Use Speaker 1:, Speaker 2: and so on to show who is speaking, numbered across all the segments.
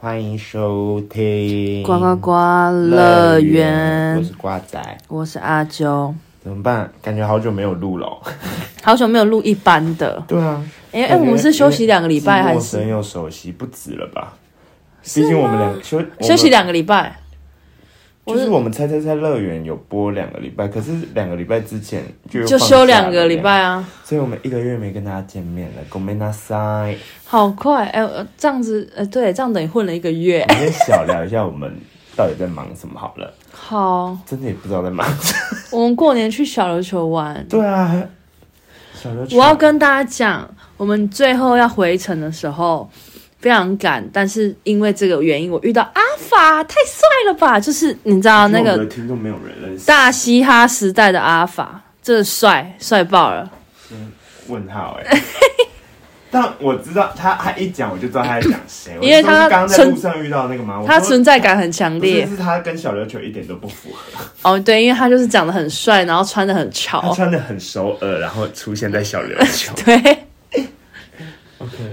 Speaker 1: 欢迎收听
Speaker 2: 呱呱呱乐
Speaker 1: 我
Speaker 2: 园
Speaker 1: 是，瓜仔。
Speaker 2: 我是阿啾，
Speaker 1: 怎么办？感觉好久没有录了哦。
Speaker 2: 好久没有录一般的，
Speaker 1: 对啊，
Speaker 2: 哎、哎、
Speaker 1: 感觉
Speaker 2: 我们是休息两个礼拜还
Speaker 1: 因为既陌生
Speaker 2: 是
Speaker 1: 又熟悉，不止了吧？毕竟我们两休
Speaker 2: 啊休息，
Speaker 1: 我
Speaker 2: 两个礼拜？啊
Speaker 1: 们就是我们猜猜猜乐园有播两个礼拜，可是两个礼拜之前就就
Speaker 2: 就休两个礼，拜啊，
Speaker 1: 所以我们一个月没跟大家见面了。ごめんなさい。
Speaker 2: 好快！哎、呃这样子，呃，对，这样等于混了一个月。
Speaker 1: 我们先小聊一下我们到底在忙什么好了，
Speaker 2: 好，
Speaker 1: 真的也不知道在忙。什么。
Speaker 2: 我们过年去小琉球玩，
Speaker 1: 对啊，小琉球
Speaker 2: 我要跟大家讲，我们最后要回程的时候非常赶，但是因为这个原因，我遇到阿法，太帅了吧！就是你知道那
Speaker 1: 因为我
Speaker 2: 个
Speaker 1: 们的听众没有人认识。
Speaker 2: 大嘻哈时代的阿法，真的帅帅爆了。
Speaker 1: 问号哎、 但我知道他，他一讲我就知道他在讲谁，
Speaker 2: 因为
Speaker 1: 我就说
Speaker 2: 他
Speaker 1: 是刚刚在路
Speaker 2: 存
Speaker 1: 上遇到那个嘛，我
Speaker 2: 他
Speaker 1: 说
Speaker 2: 存在感很强
Speaker 1: 不是
Speaker 2: 烈
Speaker 1: 是他跟小琉球一点都不符合，
Speaker 2: 哦，对，因为他就是长得很帅，然后穿的 很
Speaker 1: 他
Speaker 2: 潮，，
Speaker 1: 穿的很首尔，然后出现在小琉球
Speaker 2: 对，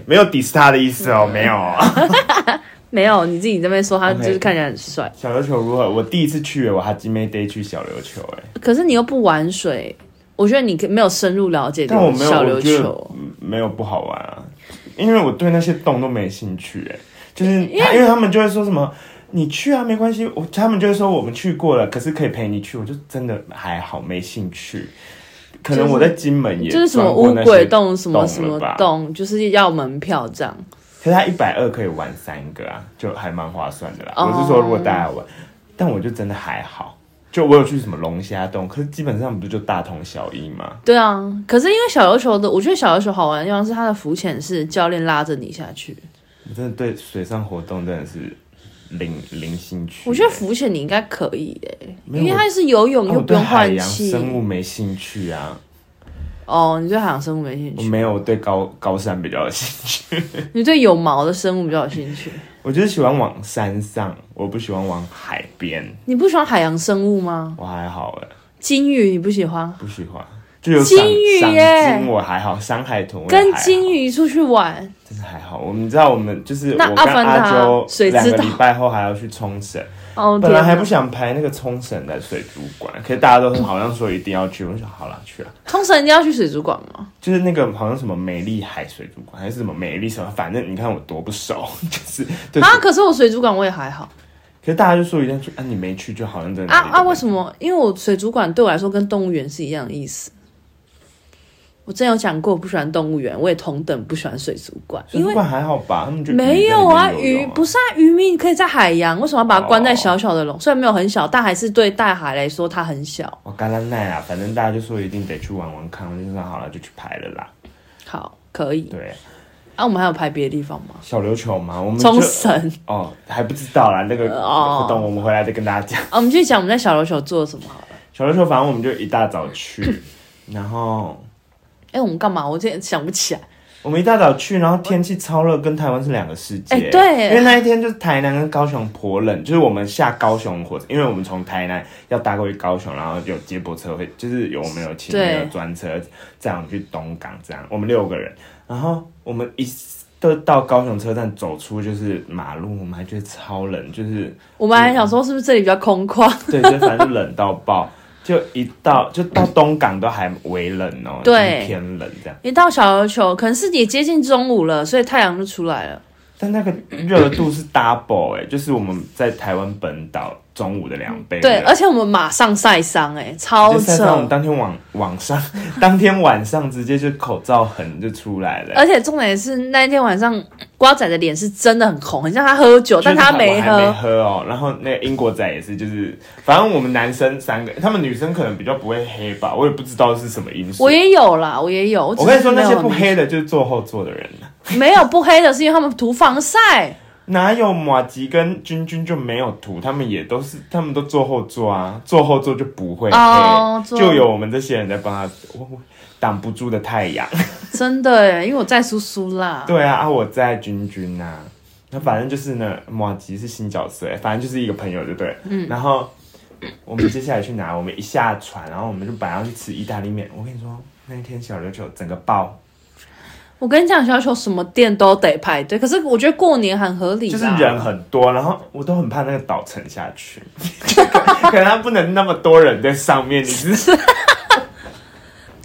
Speaker 1: 没有 diss 他的意思哦，没有 哦。
Speaker 2: 没有你自己这边说他
Speaker 1: OK
Speaker 2: 就是看起来很帅
Speaker 1: 小琉球如何？我第一次去，我还今天 day 去小琉球哎、
Speaker 2: 可是你又不玩水，我觉得你没有深入了解这
Speaker 1: 但我
Speaker 2: 个
Speaker 1: 没有，
Speaker 2: 小
Speaker 1: 我
Speaker 2: 琉
Speaker 1: 觉得
Speaker 2: 球，
Speaker 1: 嗯没有不好玩啊，因为我对那些洞都没兴趣哎、就是他因为他们就会说什么。你去啊，没关系。我他们就会说我们去过了，可是可以陪你去。我就真的还好，没兴趣。可能我在金门也
Speaker 2: 就是什么
Speaker 1: 钻过
Speaker 2: 乌
Speaker 1: 那些
Speaker 2: 鬼洞什么什么
Speaker 1: 了吧，
Speaker 2: 洞，就是要门票这样。
Speaker 1: 可是它一百二可以玩三个啊，就还蛮划算的啦。
Speaker 2: 哦
Speaker 1: 我是说如果大家玩，但我就真的还好。就我有去什么龙虾洞，可是基本上不就大同小异吗？
Speaker 2: 对啊，可是因为小琉球的，我觉得小琉球好玩的地方是它的浮潜是教练拉着你下去，
Speaker 1: 我真的对水上活动真的是零零兴趣欸。
Speaker 2: 我觉得浮潜你应该可以诶、
Speaker 1: 没有
Speaker 2: 因为它是游泳
Speaker 1: 哦
Speaker 2: 又
Speaker 1: 我
Speaker 2: 不
Speaker 1: 对
Speaker 2: 用
Speaker 1: 海
Speaker 2: 换
Speaker 1: 洋
Speaker 2: 气。
Speaker 1: 生物没兴趣啊，
Speaker 2: 哦，你对海洋生物没兴
Speaker 1: 我
Speaker 2: 趣，
Speaker 1: 没有我对高高山比较有兴趣。
Speaker 2: 你对有毛的生物比较有兴趣。
Speaker 1: 我就是喜欢往山上，我不喜欢往海边。
Speaker 2: 你不喜欢海洋生物吗？
Speaker 1: 我还好哎，
Speaker 2: 金鱼你不喜欢？
Speaker 1: 不喜欢。就有
Speaker 2: 金
Speaker 1: 赏
Speaker 2: 鱼
Speaker 1: 赏
Speaker 2: 耶
Speaker 1: 金我还好，山海豚我也
Speaker 2: 跟
Speaker 1: 还好
Speaker 2: 金鱼出去玩，
Speaker 1: 真的还好。我们知道我们就是我
Speaker 2: 那
Speaker 1: 跟
Speaker 2: 阿凡达
Speaker 1: 阿啾
Speaker 2: 水
Speaker 1: 两个
Speaker 2: 之岛
Speaker 1: 礼拜后还要去冲绳，
Speaker 2: 哦，
Speaker 1: 本来还
Speaker 2: 天哪
Speaker 1: 不想排那个冲绳的水族馆，可是大家都好像说一定要去，我就想好了去了。
Speaker 2: 冲绳一定要去水族馆吗？
Speaker 1: 就是那个好像什么美丽海水族馆还是什么美丽什么，反正你看我多不熟， 就是对。
Speaker 2: 啊，可是我水族馆我也还好
Speaker 1: 可是大家就说一定要去啊，你没去就好像真的
Speaker 2: 啊啊！为
Speaker 1: 么？
Speaker 2: 什么？因为我水族馆对我来说跟动物园是一样的意思。我之前有讲过，我不喜欢动物园，我也同等不喜欢水族馆，
Speaker 1: 水
Speaker 2: 因
Speaker 1: 族
Speaker 2: 为
Speaker 1: 馆还好吧？他们就
Speaker 2: 没有啊，鱼不
Speaker 1: 是
Speaker 2: 是啊，渔民可以在海洋，为什么要把它关在
Speaker 1: 哦
Speaker 2: 小小的笼？虽然没有很小，但还是对大海来说它很小。
Speaker 1: 我嘎啦奈啊，反正大家就说一定得去玩玩看，我就说好了就去排了 啦。
Speaker 2: 好，可以。
Speaker 1: 对，
Speaker 2: 啊，我们还有拍别的地方吗？
Speaker 1: 小琉球嘛，我们就
Speaker 2: 冲绳。
Speaker 1: 哦还不知道啦，那个
Speaker 2: 哦
Speaker 1: 活动我们回来再跟大家讲。
Speaker 2: 啊，我们继续讲我们在小琉球做了什么好了。
Speaker 1: 小琉球反正我们就一大早去，然后
Speaker 2: 哎、我们干嘛？我现在想不起来。
Speaker 1: 我们一大早去，然后天气超热，跟台湾是两个世界。
Speaker 2: 哎对
Speaker 1: 因为那一天就是台南跟高雄颇冷，就是我们下高雄火车，因为我们从台南要搭过去高雄，然后有接驳车会，就是有我们有请
Speaker 2: 对
Speaker 1: 那个专车载我们去东港，这样我们六个人，然后我们一都到高雄车站走出就是马路，我们还觉得超冷，就是
Speaker 2: 我们还想说是不是这里比较空旷？
Speaker 1: 对，就反正冷到爆。就一到就到东港都还微冷哦，
Speaker 2: 对
Speaker 1: 就是偏冷这样。
Speaker 2: 一到小琉球，可能是也接近中午了，所以太阳就出来了。
Speaker 1: 但那个热度是 double 哎、就是我们在台湾本岛中午的两倍。
Speaker 2: 对，而且我们马上晒伤，哎，超
Speaker 1: 就晒伤我们
Speaker 2: 扯。
Speaker 1: 当天晚晚上， 当天晚上直接就口罩痕就出来了、欸
Speaker 2: 而且重点是那一天晚上，瓜仔的脸是真的很红，很像他喝酒，但他
Speaker 1: 我
Speaker 2: 没
Speaker 1: 还没
Speaker 2: 喝。
Speaker 1: 喝哦。然后那个英国仔也是，就是反正我们男生三个，他们女生可能比较不会黑吧，我也不知道是什么因素。
Speaker 2: 我也有啦，我也有。我只
Speaker 1: 我跟
Speaker 2: 是
Speaker 1: 你说，那
Speaker 2: 没
Speaker 1: 些
Speaker 2: 有
Speaker 1: 不黑的就是坐后座的人，
Speaker 2: 没有不黑的，是因为他们涂防晒。
Speaker 1: 哪有马吉跟君君就没有涂，他们也都是，他们都坐后座啊，坐后座就不会黑
Speaker 2: 哦坐
Speaker 1: 就有我们这些人在帮他我我挡不住的太阳。
Speaker 2: 真的哎，因为我在苏苏啦。
Speaker 1: 对啊，啊我在君君呐、啊，那反正就是呢，马吉是新角色、欸反正就是一个朋友，对不对？嗯。然后我们接下来去哪？我们一下船，然后我们就本来要去吃意大利面。我跟你说，那一天小琉球整个爆，
Speaker 2: 我跟你讲，小球什么店都得排队，可是我觉得过年很合理
Speaker 1: 就
Speaker 2: 啦，
Speaker 1: 是人很多，然后我都很怕那个岛沉下去， 可能它不能那么多人在上面，你知道？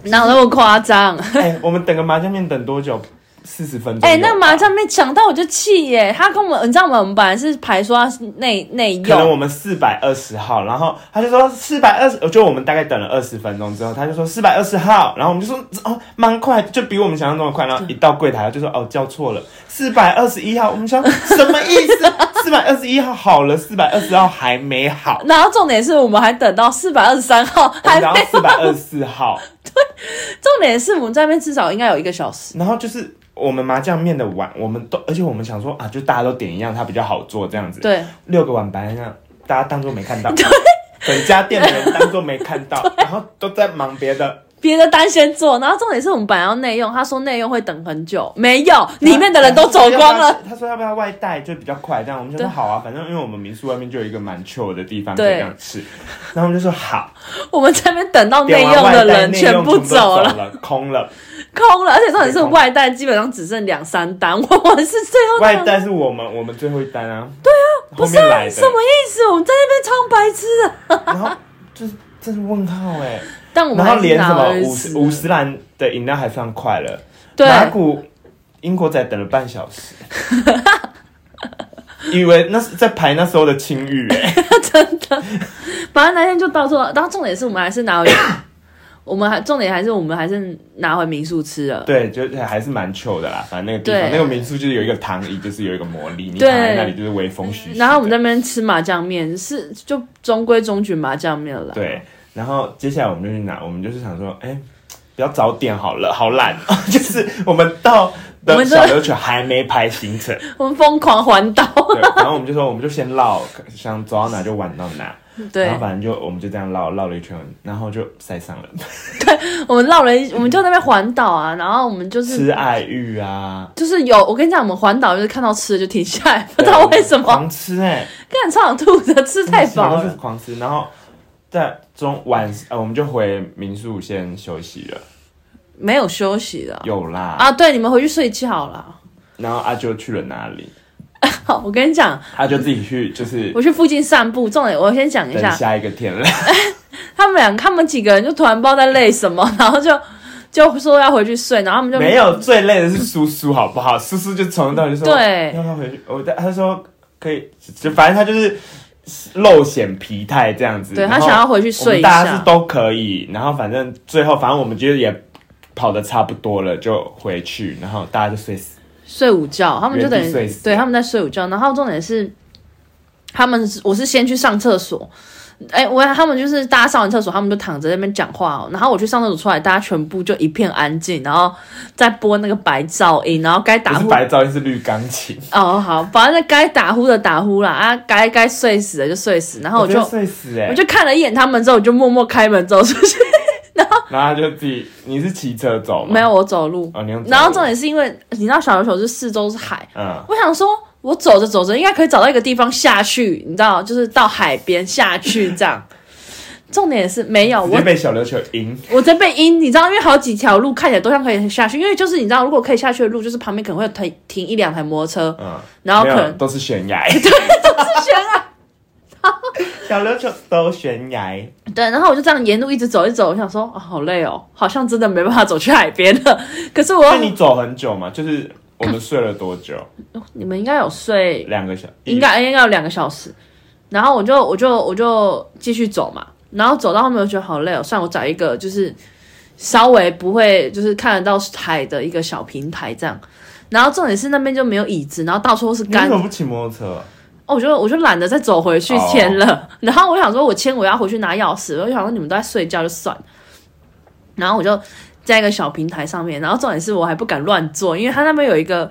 Speaker 2: 哪有那么夸 张？
Speaker 1: 哎、我们等个麻酱面等多久？四十分钟有吧。
Speaker 2: 哎、那麻酱面讲到我就气耶，他跟我们，你知道吗？我们本来是排说要内内
Speaker 1: 可能我
Speaker 2: 用，
Speaker 1: 们四百二十号，然后他就说四百二十，就我们大概等了二十分钟之后，他就说四百二十号，然后我们就说哦，蛮快，就比我们想象中的快。然后一到柜台，他就说哦，叫错了，四百二十一号。我们想什么意 思？四百二十一号好了，四百二十号还没好，
Speaker 2: 然后重点是我们还等到四百二十三 号，还没
Speaker 1: 然后
Speaker 2: 有
Speaker 1: 四百二十四号，
Speaker 2: 重点是我们在那边至少应该有一个小时。
Speaker 1: 然后就是我们麻酱面的碗，我们都，而且我们想说啊，就大家都点一样，它比较好做这样子。
Speaker 2: 对，
Speaker 1: 六个碗白那样，大家当做没 看到，整家店的人当做没看到，然后都在忙别的，
Speaker 2: 别的单先做，然后重点是我们本来要内用，他说内用会等很久，没有，里面的人都走光了。
Speaker 1: 他说要不要外带，就比较快，这样我们就说
Speaker 2: 对
Speaker 1: 好啊，反正因为我们民宿外面就有一个蛮 chill 的地方可
Speaker 2: 对
Speaker 1: 以这样吃，然后我们就说好，
Speaker 2: 我们在那边等到内
Speaker 1: 点完
Speaker 2: 用
Speaker 1: 外带
Speaker 2: 的人
Speaker 1: 内用
Speaker 2: 全
Speaker 1: 全
Speaker 2: 部
Speaker 1: 都
Speaker 2: 走了，啊
Speaker 1: 了，空 了，
Speaker 2: 空了，而且重点是外带基本上只剩两三单， 我们是最后
Speaker 1: 外
Speaker 2: 那
Speaker 1: 带是我们我们最后一单啊，对啊，后
Speaker 2: 不是
Speaker 1: 面
Speaker 2: 啊
Speaker 1: 来
Speaker 2: 什么
Speaker 1: 的，
Speaker 2: 意思？我们在那边超白痴的，
Speaker 1: 然后就是这是问号哎、
Speaker 2: 但我们
Speaker 1: 然
Speaker 2: 还
Speaker 1: 后
Speaker 2: 是
Speaker 1: 连
Speaker 2: 拿
Speaker 1: 什
Speaker 2: 了
Speaker 1: 么
Speaker 2: 一
Speaker 1: 五
Speaker 2: 次
Speaker 1: 十五十兰的饮料还算快了，
Speaker 2: 对
Speaker 1: 马古英国仔等了半小时， 以为那是在排那时候的青玉 哎、
Speaker 2: 真的，反正那天就到这了。然后重点是我们还是拿回，我们还重点还是我们还是拿回民宿吃了。
Speaker 1: 对，就是还是蛮糗的啦。反正那个地方，
Speaker 2: 对
Speaker 1: 那个民宿就是有一个躺椅，就是有一个魔力，你躺在那里就是微风徐徐的。
Speaker 2: 然后我们在那边吃麻酱面，是就中规中矩麻酱面了啦。
Speaker 1: 对，然后接下来我们就去拿，我们就是想说，哎、比较早点好了，好懒， 就是我们到
Speaker 2: 我
Speaker 1: 的
Speaker 2: 们就
Speaker 1: 小琉球还没排行 程，
Speaker 2: 我们疯狂环岛，
Speaker 1: 对，然后我们就说，我们就先绕，想走到哪就玩到哪，然
Speaker 2: 对
Speaker 1: 后，反正就我们就这样绕绕了一圈，然后就晒上了。
Speaker 2: 我们绕了一，我们就在那边环岛啊，然后我们就是。
Speaker 1: 吃爱玉 啊，
Speaker 2: 就是有，我跟你讲，我们环岛就是看到吃的就停下来，不
Speaker 1: 对啊
Speaker 2: 知道为什么，
Speaker 1: 狂吃哎、
Speaker 2: 干超想吐的，吃太饱
Speaker 1: 就是
Speaker 2: 了。
Speaker 1: 狂吃，然后在中晚呃，我们就回民宿先休息了，
Speaker 2: 没有休息了
Speaker 1: 有啦，
Speaker 2: 啊！对，你们回去睡觉啦。
Speaker 1: 然后阿啾去了哪里？
Speaker 2: 好，我跟你讲，
Speaker 1: 阿啾自己去就是
Speaker 2: 我去附近散步，重点我先讲一
Speaker 1: 等
Speaker 2: 下，
Speaker 1: 下一个天 亮，
Speaker 2: 他们两他们几个人就突然不知道在累什么， 然后就就说要回去睡，然后他们就
Speaker 1: 没有最累的是叔叔好不好？叔叔就从头到尾就说，
Speaker 2: 对
Speaker 1: 要不要回去？我他说可以，就反正他就是露显疲态这样子，
Speaker 2: 对
Speaker 1: 然
Speaker 2: 他
Speaker 1: 后
Speaker 2: 想要回去
Speaker 1: 我
Speaker 2: 睡
Speaker 1: 们
Speaker 2: 一
Speaker 1: 大家是
Speaker 2: 下，
Speaker 1: 都可以，然后反正最后反正我们觉得也跑的差不多了，就回去，然后大家就睡死。
Speaker 2: 睡午觉，他们就等
Speaker 1: 原地睡
Speaker 2: 于
Speaker 1: 死
Speaker 2: 对他们在睡午觉，然后重点是他们是我是先去上厕所。哎、我他们就是大家上完厕所，他们就躺着在那边讲话、哦，然后我去上厕所出来，大家全部就一片安静，然后再播那个白噪音，然后该打
Speaker 1: 不是
Speaker 2: 呼
Speaker 1: 白噪音，是绿钢琴。
Speaker 2: 哦好，反正该打呼的打呼啦，啊该该睡死的就睡死，然后我就
Speaker 1: 真的睡死哎、
Speaker 2: 我就看了一眼他们之后，我就默默开门走出去，
Speaker 1: 然后他就自己，你是骑车走吗？
Speaker 2: 没有，我走路。
Speaker 1: 哦，你用走路。
Speaker 2: 然后重点是因为你知道小琉球是四周是海，
Speaker 1: 嗯，
Speaker 2: 我想说我走着走着应该可以找到一个地方下去，你知道，就是到海边下去这样。重点是没有
Speaker 1: 直
Speaker 2: 我
Speaker 1: 接，被小琉球赢。
Speaker 2: 我在被阴，你知道，因为好几条路看起来都像可以下去，因为就是你知道，如果可以下去的路，就是旁边可能会停停一两台摩托车，
Speaker 1: 嗯，
Speaker 2: 然后
Speaker 1: 没
Speaker 2: 可
Speaker 1: 有，
Speaker 2: 能
Speaker 1: 都是悬 崖。 小琉球都悬崖，
Speaker 2: 对，然后我就这样沿路一直走，一直走，我想说啊、好累哦，好像真的没办法走去海边了。 可是我
Speaker 1: 那你走很久嘛？就是我们睡了多久？
Speaker 2: 哦你们应该有睡
Speaker 1: 两个小，
Speaker 2: 应该应该有两个小时。然后我就我就我就继续走嘛，然后走到后面我觉得好累哦，算了我找一个就是稍微不会就是看得到海的一个小平台这样。然后重点是那边就没有椅子，然后到处都是
Speaker 1: 你为
Speaker 2: 干
Speaker 1: 什，么不骑摩托车？
Speaker 2: 哦，我就我就懒得再走回去签了。 然后我想说，我签我要回去拿钥匙，我就想说你们都在睡觉就算了。然后我就在一个小平台上面，然后重点是我还不敢乱坐，因为它那边有一个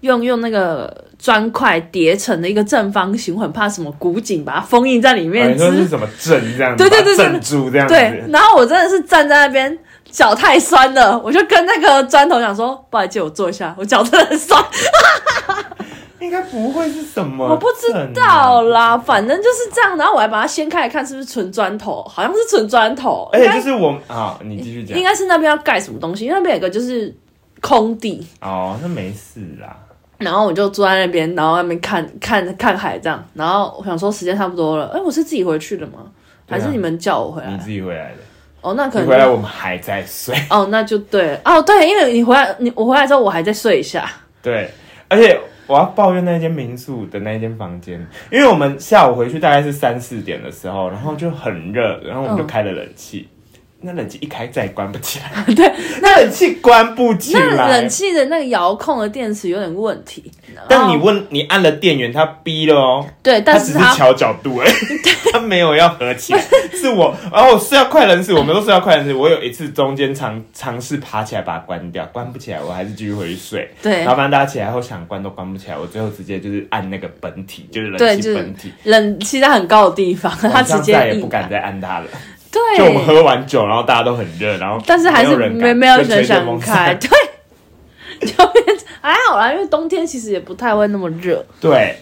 Speaker 2: 用用那个砖块叠成的一个正方形，我很怕什么古井把它封印在里
Speaker 1: 哦
Speaker 2: 面
Speaker 1: 你
Speaker 2: 之
Speaker 1: 说是什么镇这样子？
Speaker 2: 对对对对
Speaker 1: 镇住这样子。
Speaker 2: 对，然后我真的是站在那边，脚太酸了，我就跟那个砖头讲说，不然借我坐一下，我脚真的很酸。
Speaker 1: 应该不会是什么、啊
Speaker 2: 我不知道。啦，反正就是这样。然后我还把它掀开来看，是不是纯砖头？好像是纯砖头，
Speaker 1: 而
Speaker 2: 应
Speaker 1: 且
Speaker 2: 该
Speaker 1: 就是我，好，你继续讲
Speaker 2: 应。该是那边要盖什么东西，因为那边有一个就是空地，
Speaker 1: 哦，那没事啦。
Speaker 2: 然后我就坐在那边，然后外面看看看海这样。然后我想说时间差不多了，哎，我是自己回去的吗？
Speaker 1: 对啊
Speaker 2: 还是你们叫我回
Speaker 1: 你
Speaker 2: 来？
Speaker 1: 自己回来的，
Speaker 2: 哦，呃那
Speaker 1: 你
Speaker 2: 可能
Speaker 1: 回来我们还在睡。
Speaker 2: 哦，那就对哦，对，因为你回来，你我回来之后我还在睡一下，
Speaker 1: 对，而且我要抱怨那间民宿的那间房间，因为我们下午回去大概是三四点的时候，然后就很热，然后我们
Speaker 2: 嗯
Speaker 1: 就开了冷气。那冷气一开再也关不起来，
Speaker 2: 对，
Speaker 1: 那冷气关不起
Speaker 2: 那
Speaker 1: 来
Speaker 2: 冷。气的那个遥控的电池有点问题。
Speaker 1: 但你
Speaker 2: 然后
Speaker 1: 问你按了电源，它逼了哦，
Speaker 2: 对，但
Speaker 1: 它只
Speaker 2: 是
Speaker 1: 是
Speaker 2: 它
Speaker 1: 调角度而已，它没有要合起来。 是我，然后我睡到快冷死，我们都睡到快冷死。我有一次中间尝尝试爬起来把它关掉，关不起来，我还是继续回去睡。
Speaker 2: 对
Speaker 1: 然后反正大家起来后想关都关不起来，我最后直接就是按那个本体，就是
Speaker 2: 对
Speaker 1: 冷
Speaker 2: 就
Speaker 1: 气
Speaker 2: 是
Speaker 1: 本体，
Speaker 2: 冷气在很高的地方，它
Speaker 1: 晚
Speaker 2: 直
Speaker 1: 上
Speaker 2: 接
Speaker 1: 哦再也
Speaker 2: 硬
Speaker 1: 不敢再按它了。
Speaker 2: 对，
Speaker 1: 就我们喝完酒，然后大家都很热，然后
Speaker 2: 但是还是
Speaker 1: 没有人
Speaker 2: 没
Speaker 1: 敢
Speaker 2: 没有
Speaker 1: 就吹
Speaker 2: 人
Speaker 1: 电
Speaker 2: 想
Speaker 1: 风
Speaker 2: 开，
Speaker 1: 扇。
Speaker 2: 对，就变成还好啦，因为冬天其实也不太会那么热，
Speaker 1: 对，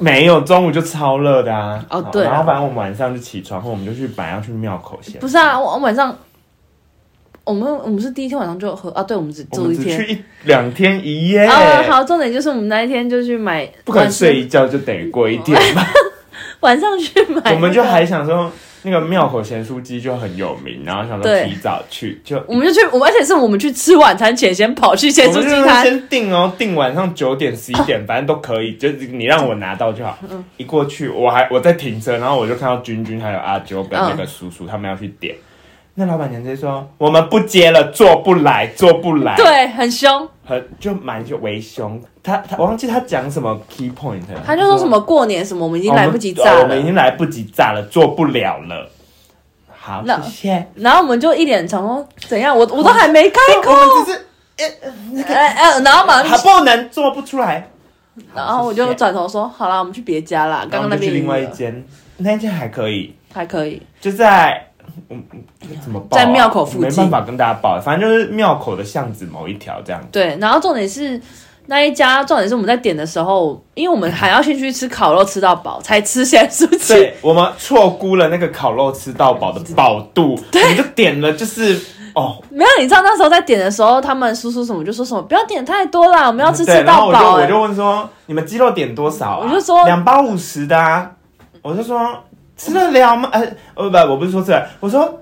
Speaker 1: 没有中午就超热的啊。
Speaker 2: 哦
Speaker 1: 好
Speaker 2: 对啊
Speaker 1: 然后反正我们晚上就起床后，我们就去本来要去庙口先，
Speaker 2: 不是啊，我我晚上。我们我们是第一天晚上就喝啊，对，我们只
Speaker 1: 我
Speaker 2: 住
Speaker 1: 们
Speaker 2: 一
Speaker 1: 只
Speaker 2: 天。
Speaker 1: 去一两天一夜。
Speaker 2: 啊，好，重点就是我们那一天就去买，
Speaker 1: 不可能
Speaker 2: 晚上
Speaker 1: 睡一觉就等于过一天 吧？
Speaker 2: 晚上去买那个，
Speaker 1: 我们就还想说，那个庙口咸酥鸡就很有名，然后想说
Speaker 2: 对
Speaker 1: 提早去，就
Speaker 2: 我们就去，我们而且是我们去吃晚餐前先跑去咸
Speaker 1: 我
Speaker 2: 酥
Speaker 1: 们就
Speaker 2: 鸡
Speaker 1: 是
Speaker 2: 摊，
Speaker 1: 先定哦，定晚上九点、十一 点，反正都可以，就是你让我拿到就好。
Speaker 2: 嗯
Speaker 1: 一过去，我还我在停车，然后我就看到君君还有阿九跟那个叔叔他们要去点，那老板娘直接说我们不接了，做不来，做不来，，
Speaker 2: 对，很凶。
Speaker 1: 很就蛮就为凶。他他我忘记他讲什么 key point，了
Speaker 2: 他就说什么过年什么，我们已经来不及炸
Speaker 1: 哦我们
Speaker 2: 了。
Speaker 1: 我们已经来不及炸了，做不了了。好，
Speaker 2: 那哎
Speaker 1: 谢谢。
Speaker 2: 然后我们就一脸想说怎样，我我都还没开口
Speaker 1: 我，们哦只是
Speaker 2: 哎哎，然后马
Speaker 1: 还
Speaker 2: 上，
Speaker 1: 不能做不出来。
Speaker 2: 然后我
Speaker 1: 谢
Speaker 2: 就
Speaker 1: 谢
Speaker 2: 转头说好啦，我们去别家啦，
Speaker 1: 然后
Speaker 2: 刚刚
Speaker 1: 我
Speaker 2: 那
Speaker 1: 们就
Speaker 2: 边
Speaker 1: 去另外一
Speaker 2: 赢了
Speaker 1: 间，那一间还可以，
Speaker 2: 还可以，
Speaker 1: 就在嗯嗯怎么报啊
Speaker 2: 在庙口附近
Speaker 1: 没办法跟大家报，反正就是庙口的巷子某一条这样。
Speaker 2: 对。然后重点是那一家，重点是我们在点的时候，因为我们还要先去吃烤肉吃到饱，才吃咸酥鸡。
Speaker 1: 对，我们错估了那个烤肉吃到饱的饱度，我们就点了，就是哦，
Speaker 2: 没有，你知道那时候在点的时候，他们叔叔什么就说什么不要点太多啦，我们要吃
Speaker 1: 对
Speaker 2: 吃
Speaker 1: 然后
Speaker 2: 到
Speaker 1: 我就
Speaker 2: 饱、
Speaker 1: 我
Speaker 2: 哎
Speaker 1: 就问说，你们鸡肉点多少、啊？
Speaker 2: 我就说
Speaker 1: 两包五十的啊，我就说吃得了吗？呃，呃不，我不是说这，我说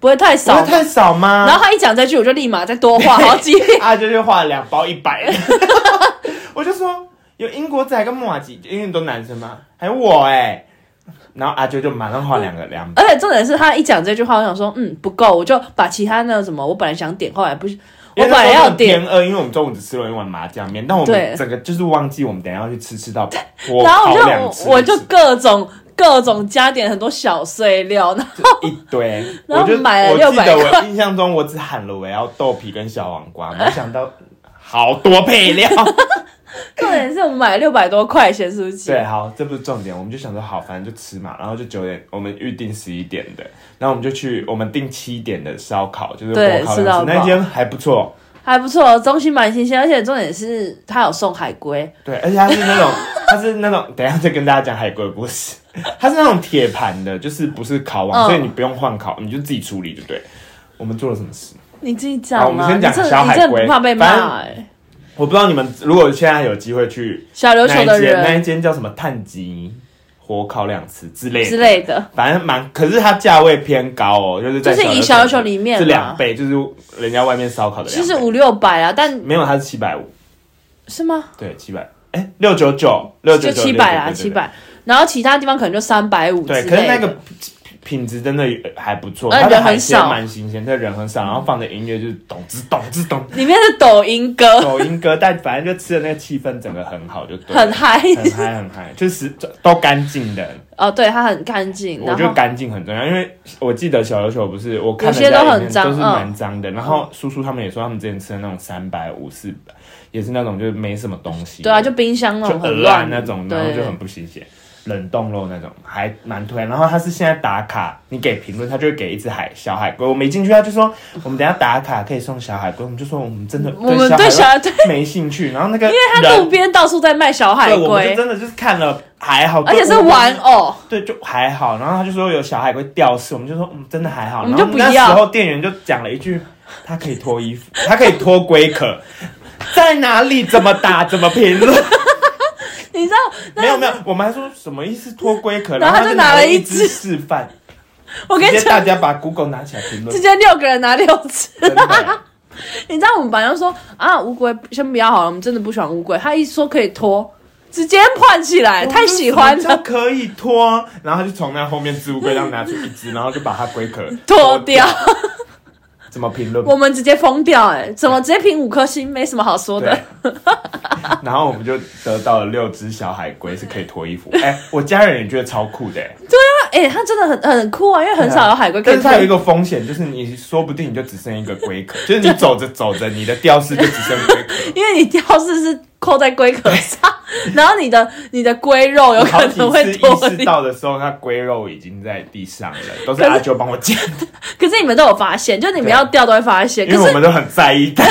Speaker 2: 不会太
Speaker 1: 不
Speaker 2: 少
Speaker 1: 会。太少吗？
Speaker 2: 然后他一讲这句，我就立马再多画好几笔。
Speaker 1: 啊，就是画了两包一 百，我就说有英国仔跟马吉，因为你都男生嘛，还有我哎、然后阿啾就马上画两个两百，
Speaker 2: 而且重点是他一讲这句话，我想说，嗯，不够，我就把其他那个什么，我本来想点，后来不是，我本来要点，
Speaker 1: 二，因为我们中午只吃了一碗麻酱面，但我
Speaker 2: 对
Speaker 1: 们整个就是忘记我们等一下要去吃吃到饱，我
Speaker 2: 然后
Speaker 1: 烤
Speaker 2: 我就
Speaker 1: 两次
Speaker 2: 我我就各种各种加点很多小碎料， 然后
Speaker 1: 一堆，
Speaker 2: 然后
Speaker 1: 我就
Speaker 2: 买了
Speaker 1: 我记得
Speaker 2: 600块
Speaker 1: 我印象中我只喊了我要豆皮跟小黄瓜，没想到好多配 料。
Speaker 2: 重点是我们买了六百多块咸酥鸡，
Speaker 1: 对，好，这不是重点，我们就想说好，反正就吃嘛，然后就九点，我们预定十一点的，然后我们就去，我们订七点的烧烤，就是
Speaker 2: 对
Speaker 1: 火烤
Speaker 2: 吃
Speaker 1: 羊
Speaker 2: 到
Speaker 1: 翅，那
Speaker 2: 饱
Speaker 1: 间还不错，
Speaker 2: 还不错，东西蛮新鲜，而且重点是他有送海龟，
Speaker 1: 对，而且它是那种，它是那种，等一下再跟大家讲海龟故事，它是那种铁盘的，就是不是烤网，
Speaker 2: 嗯
Speaker 1: 所以你不用换烤，你就自己处理就对。我们做了什么事？
Speaker 2: 你自己
Speaker 1: 好我们
Speaker 2: 讲嘛，
Speaker 1: 先
Speaker 2: 你
Speaker 1: 讲
Speaker 2: 这
Speaker 1: 小
Speaker 2: 你
Speaker 1: 海
Speaker 2: 这
Speaker 1: 龟
Speaker 2: 不怕被
Speaker 1: 反
Speaker 2: 骂
Speaker 1: 正
Speaker 2: 哎，
Speaker 1: 我不知道你们如果现在有机会去
Speaker 2: 小琉
Speaker 1: 那
Speaker 2: 球
Speaker 1: 一
Speaker 2: 的
Speaker 1: 间，那一
Speaker 2: 人
Speaker 1: 间叫什么碳吉火烤两次之类的
Speaker 2: 之类的，
Speaker 1: 反正蛮，可是它价位偏高哦，就是在
Speaker 2: 就是以
Speaker 1: 小
Speaker 2: 小琉球里面嘛
Speaker 1: 是两倍，就是人家外面烧烤的
Speaker 2: 其
Speaker 1: 两
Speaker 2: 实
Speaker 1: 倍。
Speaker 2: 五六百啊，但
Speaker 1: 没有，它是七百五，
Speaker 2: 是吗？
Speaker 1: 对，七百，哎，六九九，六九
Speaker 2: 就
Speaker 1: 九，
Speaker 2: 七百啦，
Speaker 1: 699
Speaker 2: 七。百，然后其他地方可能就三百五，
Speaker 1: 对对，可是那个品质真的还不错，
Speaker 2: 而且
Speaker 1: 它的
Speaker 2: 呃人很
Speaker 1: 海鲜
Speaker 2: 少
Speaker 1: 蛮新鲜，但人很少，然后放的音乐就是咚吱咚吱咚，
Speaker 2: 里面是抖音歌，
Speaker 1: 抖音 歌，但反正就吃的那个气氛整个很好，就对了，
Speaker 2: 很嗨。
Speaker 1: 很嗨很嗨，就是都干净的，
Speaker 2: 哦，对，它很干净，
Speaker 1: 我
Speaker 2: 然
Speaker 1: 觉得
Speaker 2: 后
Speaker 1: 干净很重要，因为我记得小琉球不是我看
Speaker 2: 有些都
Speaker 1: 人家影
Speaker 2: 很
Speaker 1: 片
Speaker 2: 脏
Speaker 1: 都是
Speaker 2: 嗯
Speaker 1: 蛮脏的。然后叔叔他们也说，他们之前吃的那种三百五四百，也是那种就是没什么东西，
Speaker 2: 对啊，就冰箱那
Speaker 1: 就
Speaker 2: 种
Speaker 1: 很
Speaker 2: 很
Speaker 1: 烂
Speaker 2: 乱
Speaker 1: 那种，然后就很
Speaker 2: 对，
Speaker 1: 不新鲜。冷冻肉那种还蛮推，然后他是现在打卡，你给评论，他就会给一只海小海龟。我们一进去，他就说我们等一下打卡可以送小海龟，我们就说我们真的
Speaker 2: 我们对
Speaker 1: 对
Speaker 2: 小
Speaker 1: 海
Speaker 2: 海对，
Speaker 1: 龟没兴趣。然后那个因为
Speaker 2: 它路边到处在卖小海
Speaker 1: 对，我们就
Speaker 2: 龟，
Speaker 1: 真的就是看了还好，
Speaker 2: 而且是
Speaker 1: 就
Speaker 2: 玩偶，
Speaker 1: 对，就还好。然后他就说有小海龟吊饰，我们就说嗯，真的还好。
Speaker 2: 我们
Speaker 1: 然后
Speaker 2: 就不
Speaker 1: 那
Speaker 2: 要
Speaker 1: 时候店员就讲了一句：“他可以脱衣服，他可以脱龟壳，在哪里？怎么打？怎么 评论？
Speaker 2: 你知道，
Speaker 1: 没有没有，我们还说什么意思脱龟壳，
Speaker 2: 然后
Speaker 1: 后
Speaker 2: 他就拿了
Speaker 1: 一
Speaker 2: 一只
Speaker 1: 示范，
Speaker 2: 我跟
Speaker 1: 直
Speaker 2: 你
Speaker 1: 接大
Speaker 2: 讲，
Speaker 1: 家把 Google 拿起来评论
Speaker 2: 直，接六个人拿六只。啊
Speaker 1: 真的
Speaker 2: 你知道我们班就说啊，乌龟先不要好了，我们真的不喜欢乌龟。他一说可以脱，直接换起来，太喜欢
Speaker 1: 我们
Speaker 2: 了
Speaker 1: 就，可以脱，然后他就从那后面置物柜上拿出一只，然后就把它龟壳
Speaker 2: 脱掉，
Speaker 1: 怎么评论？
Speaker 2: 我们直接疯掉哎、怎么直接评五颗星？没什么好说的
Speaker 1: 对。， 然后我们就得到了六只小海龟是可以脱 衣服。哎、我家人也觉得超酷的、欸，
Speaker 2: 哎、他真的很很酷啊，因为很少有海龟可
Speaker 1: 但
Speaker 2: 以
Speaker 1: 是它有一
Speaker 2: 脱。
Speaker 1: 个风险，就是你说不定你就只剩一个龟 壳，就是你走着走着，你的吊饰就只剩龟壳。
Speaker 2: 因为你吊饰是扣在龟壳上，然后你的你的龟肉 有
Speaker 1: 好
Speaker 2: 可
Speaker 1: 几
Speaker 2: 能会
Speaker 1: 次
Speaker 2: 脱
Speaker 1: 意
Speaker 2: 离
Speaker 1: 识。到的时候，它龟肉已经在地上了，都是阿啾帮我捡，
Speaker 2: 可是你们都有发现，就你们
Speaker 1: 对
Speaker 2: 要掉都会发现。
Speaker 1: 因
Speaker 2: 可
Speaker 1: 为我
Speaker 2: 是
Speaker 1: 们都很在意它。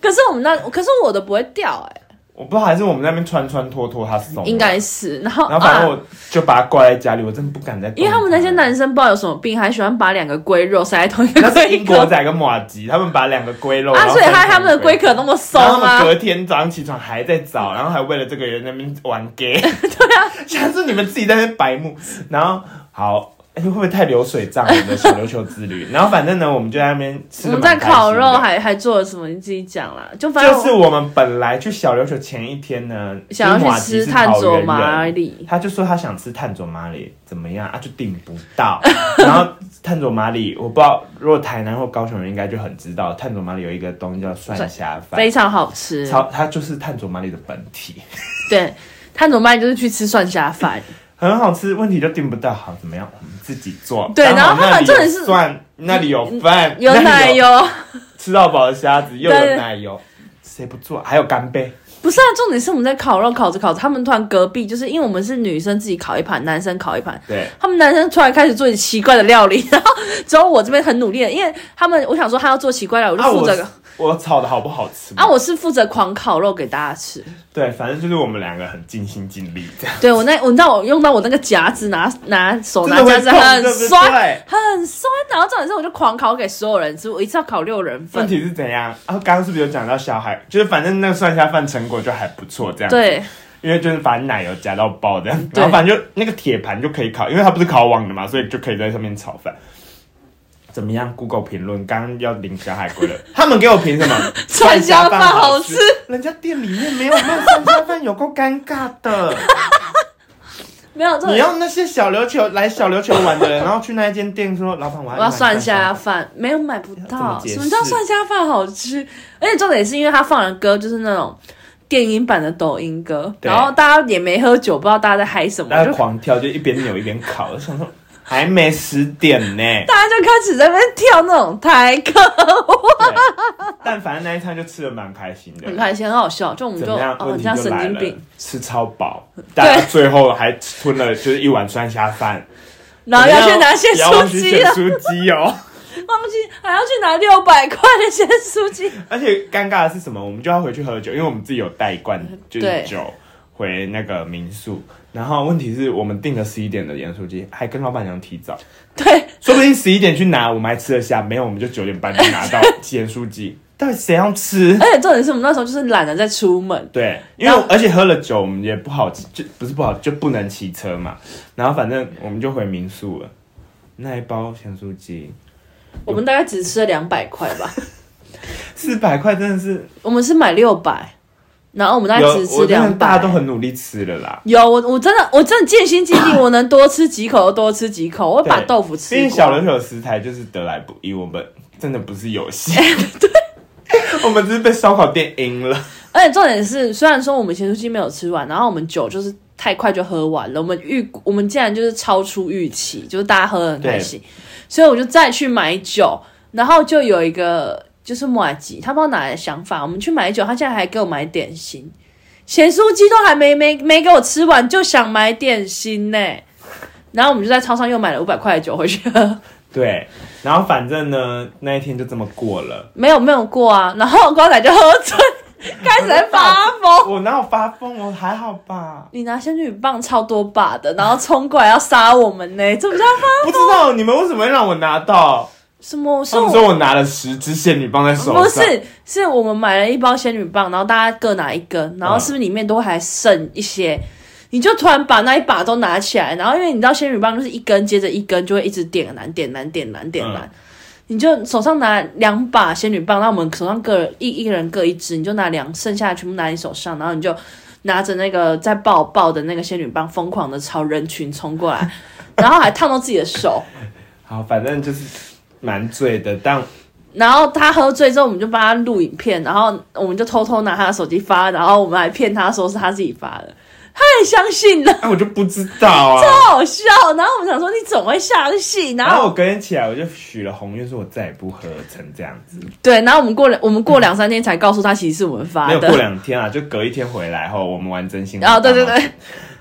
Speaker 2: 可是我们那，可是我的不会掉哎、
Speaker 1: 我不知道还是我们那边穿穿脱脱它松了，
Speaker 2: 应该是。然后
Speaker 1: 然后哦反正
Speaker 2: 啊
Speaker 1: 我就把它挂在家里，我真的不敢再动它。
Speaker 2: 因为他们那些男生不知道有什么病，还喜欢把两个龟肉塞在同一个
Speaker 1: 那是
Speaker 2: 龟
Speaker 1: 英国
Speaker 2: 壳。
Speaker 1: 仔跟马吉，他们把两个龟肉
Speaker 2: 啊，所以他
Speaker 1: 还
Speaker 2: 他们的龟壳那么松啊
Speaker 1: 然后他们
Speaker 2: 吗？
Speaker 1: 隔天早上起床还在找，然后还为了这个人在那边玩 gay。对啊，像是你们自己在那边白目。然后好，哎会不会太流水账了？我们的小琉球之 旅。然后反正呢，我们就在那边吃得
Speaker 2: 我们
Speaker 1: 蛮开
Speaker 2: 在
Speaker 1: 心的。
Speaker 2: 烤肉还还做了什么？你自己讲啦。就反正
Speaker 1: 就是我们本来去小琉球前一天呢，
Speaker 2: 想要
Speaker 1: 因为马
Speaker 2: 去
Speaker 1: 吉
Speaker 2: 吃
Speaker 1: 是
Speaker 2: 炭
Speaker 1: 桃
Speaker 2: 佐
Speaker 1: 园
Speaker 2: 麻
Speaker 1: 人
Speaker 2: 里，
Speaker 1: 他就说他想吃炭佐麻里，怎么样啊？就订不到。 然后炭佐麻里，我不知道，如果台南或高雄人应该就很知道，炭佐麻里有一个东西叫蒜虾饭
Speaker 2: 非，常好吃。
Speaker 1: 超它就是炭佐麻里的本体，
Speaker 2: 对，炭佐麻里就是去吃蒜虾 饭，
Speaker 1: 很好吃。问题就订不到，好怎么样？我们自己做。
Speaker 2: 对然
Speaker 1: 刚好
Speaker 2: 后他们
Speaker 1: 那里
Speaker 2: 重点
Speaker 1: 有
Speaker 2: 是嗯
Speaker 1: 蒜，那里有饭，
Speaker 2: 有
Speaker 1: 那里
Speaker 2: 奶，油。
Speaker 1: 吃到饱的虾子，又有
Speaker 2: 对
Speaker 1: 奶油，谁不做？还有干贝。
Speaker 2: 不是啊，重点是我们在烤肉烤着烤着，他们突然隔壁就是因为我们是女生自己烤一盘，男生烤一盘，
Speaker 1: 对，
Speaker 2: 他们男生突然开始做奇怪的料理， 然后只有我这边很努力的，因为他们我想说他要做奇怪料理，我
Speaker 1: 啊
Speaker 2: 就负责、
Speaker 1: 我炒的好不好吃嘛
Speaker 2: 啊，我是负责狂烤肉给大家吃。
Speaker 1: 对，反正就是我们两个很尽心尽力这样。
Speaker 2: 对我那我你知道我用到我那个夹子拿拿手拿夹子
Speaker 1: 真的会痛
Speaker 2: 很
Speaker 1: 对不对
Speaker 2: 酸很酸，然后重点是我就狂烤给所有人吃，我一次要烤六人
Speaker 1: 问
Speaker 2: 份。
Speaker 1: 题是怎样？啊，刚刚是不是有讲到小孩？就是反正那个蒜虾饭成果就还不错这样。，
Speaker 2: 对，
Speaker 1: 因为就是把奶油加到爆这样，
Speaker 2: 对
Speaker 1: 然后反正就那个铁盘就可以烤，因为它不是烤网的嘛，所以就可以在上面炒饭。怎么样？Google 评论刚刚要领小海龟 了，他们给我评什么？
Speaker 2: 蒜
Speaker 1: 虾
Speaker 2: 虾
Speaker 1: 饭
Speaker 2: 饭
Speaker 1: 好
Speaker 2: 好吃，
Speaker 1: 人家店里面没有卖蒜虾饭，有够尴尬 的。
Speaker 2: 没有重
Speaker 1: 你
Speaker 2: 点。
Speaker 1: 要那些小琉球来小琉球玩 的人，然后去那一间店说，老板我要
Speaker 2: 我要
Speaker 1: 一碗
Speaker 2: 蒜虾
Speaker 1: 虾
Speaker 2: 饭，没有买不
Speaker 1: 怎么
Speaker 2: 到。
Speaker 1: 解释
Speaker 2: 什么叫蒜虾饭好吃？而且重点是因为他放的歌就是那种电音版的抖音歌，
Speaker 1: 对
Speaker 2: 然后大家也没喝酒，不知道大家在嗨什么，
Speaker 1: 大
Speaker 2: 就
Speaker 1: 家狂跳，就一边扭一边烤。我想说还没十点呢、
Speaker 2: 大家就开始在那边跳那种台歌，
Speaker 1: 对但反正那一餐就吃的蛮开心的
Speaker 2: 很。开心，很好笑。就我们
Speaker 1: 怎
Speaker 2: 就
Speaker 1: 么样？
Speaker 2: 哦，
Speaker 1: 问
Speaker 2: 你
Speaker 1: 题
Speaker 2: 像
Speaker 1: 就
Speaker 2: 神
Speaker 1: 来
Speaker 2: 经
Speaker 1: 了
Speaker 2: 病，，
Speaker 1: 吃超饱，大家最后还吞了就是一碗酸虾饭，
Speaker 2: 然后要去拿
Speaker 1: 些
Speaker 2: 些
Speaker 1: 要
Speaker 2: 书
Speaker 1: 去
Speaker 2: 机
Speaker 1: 选
Speaker 2: 了，
Speaker 1: 酥鸡哦。
Speaker 2: 忘记还要去拿六百块的些书 机。
Speaker 1: 而且尴尬的是什么？我们就要回去喝酒，因为我们自己有带一罐就是
Speaker 2: 对
Speaker 1: 酒回那个民宿。然后问题是我们订了十一点的盐酥鸡，还跟老板娘提早，
Speaker 2: 对，
Speaker 1: 说不定十一点去拿，我们还吃得下。没有，我们就九点半就拿 到盐酥鸡。到底谁要吃？
Speaker 2: 而且重点是我们那时候就是懒得再出门，
Speaker 1: 对，因为
Speaker 2: 然后
Speaker 1: 而且喝了酒，我们也不好骑，就不是不好，就不能骑车嘛。然后反正我们就回民宿了。那一包咸酥鸡
Speaker 2: 我们大概只吃了两百块吧，
Speaker 1: 四百块真的是
Speaker 2: 我们是买六百，然后我们大概
Speaker 1: 有，
Speaker 2: 只
Speaker 1: 我
Speaker 2: 吃
Speaker 1: 真的
Speaker 2: 两
Speaker 1: 大
Speaker 2: 百
Speaker 1: 家。都很努力吃了啦。
Speaker 2: 有我，我真的我真的尽心尽 力，我能多吃几口就多吃几口，我会把
Speaker 1: 对
Speaker 2: 豆腐
Speaker 1: 毕
Speaker 2: 吃
Speaker 1: 竟小
Speaker 2: 光。
Speaker 1: 琉球的食材就是得来不易，我们真的不是有心。
Speaker 2: 哎
Speaker 1: 对，我们只是被烧烤店阴 了。
Speaker 2: 而且重点是，虽然说我们咸酥鸡没有吃完，然后我们酒就是太快就喝完了，我们预我们竟然就是超出预期，就是大家喝的很开心，所以我就再去买酒，然后就有一个就是马吉，他不知道哪来的想法，我们去买酒，他竟然还给我买点心，咸酥鸡都还没没没给我吃完，就想买点心呢、然后我们就在超商又买了五百块的酒回去喝。
Speaker 1: 对，然后反正呢，那一天就这么过了。
Speaker 2: 没有没有过啊，然后光仔就喝醉， 开始在发疯。
Speaker 1: 我哪有发疯？我还好吧？
Speaker 2: 你拿仙女棒超多把的，然后冲过来要杀我们呢、这不叫
Speaker 1: 不
Speaker 2: 发？
Speaker 1: 知道你们为什么会让我拿到？
Speaker 2: 什么？是
Speaker 1: 他们
Speaker 2: 我
Speaker 1: 说我拿了十支仙女棒在手上，
Speaker 2: 不是，是我们买了一包仙女棒，然后大家各拿一根，然后是不是里面都还剩一些？你就突然把那一把都拿起来，然后因为你知道仙女棒就是一根接着一根，就会一直点燃、点燃、点燃、点
Speaker 1: 嗯
Speaker 2: 燃。你就手上拿两把仙女棒，那我们手上各一一个人各一支，你就拿两，剩下的全部拿你手上，然后你就拿着那个在抱抱的那个仙女棒，疯狂的朝人群冲过来，然后还烫到自己的手。
Speaker 1: 好，反正就是蛮醉的，但
Speaker 2: 然后他喝醉之后，我们就帮他录影片，然后我们就偷偷拿他的手机发，然后我们还骗他说是他自己发的，他也相信了，
Speaker 1: 哎、我就不知道啊。
Speaker 2: 超好笑。然后我们想说你怎么会相信？然
Speaker 1: 然
Speaker 2: 后
Speaker 1: 后我隔天起来，我就许了宏愿，说我再也不喝成这样子。
Speaker 2: 对，然后我们过了，我们过两三天才告诉他，其实是我们发
Speaker 1: 没有过
Speaker 2: 的。
Speaker 1: 两天啊，就隔一天回来后，我们玩真心话。
Speaker 2: 哦，对对。对，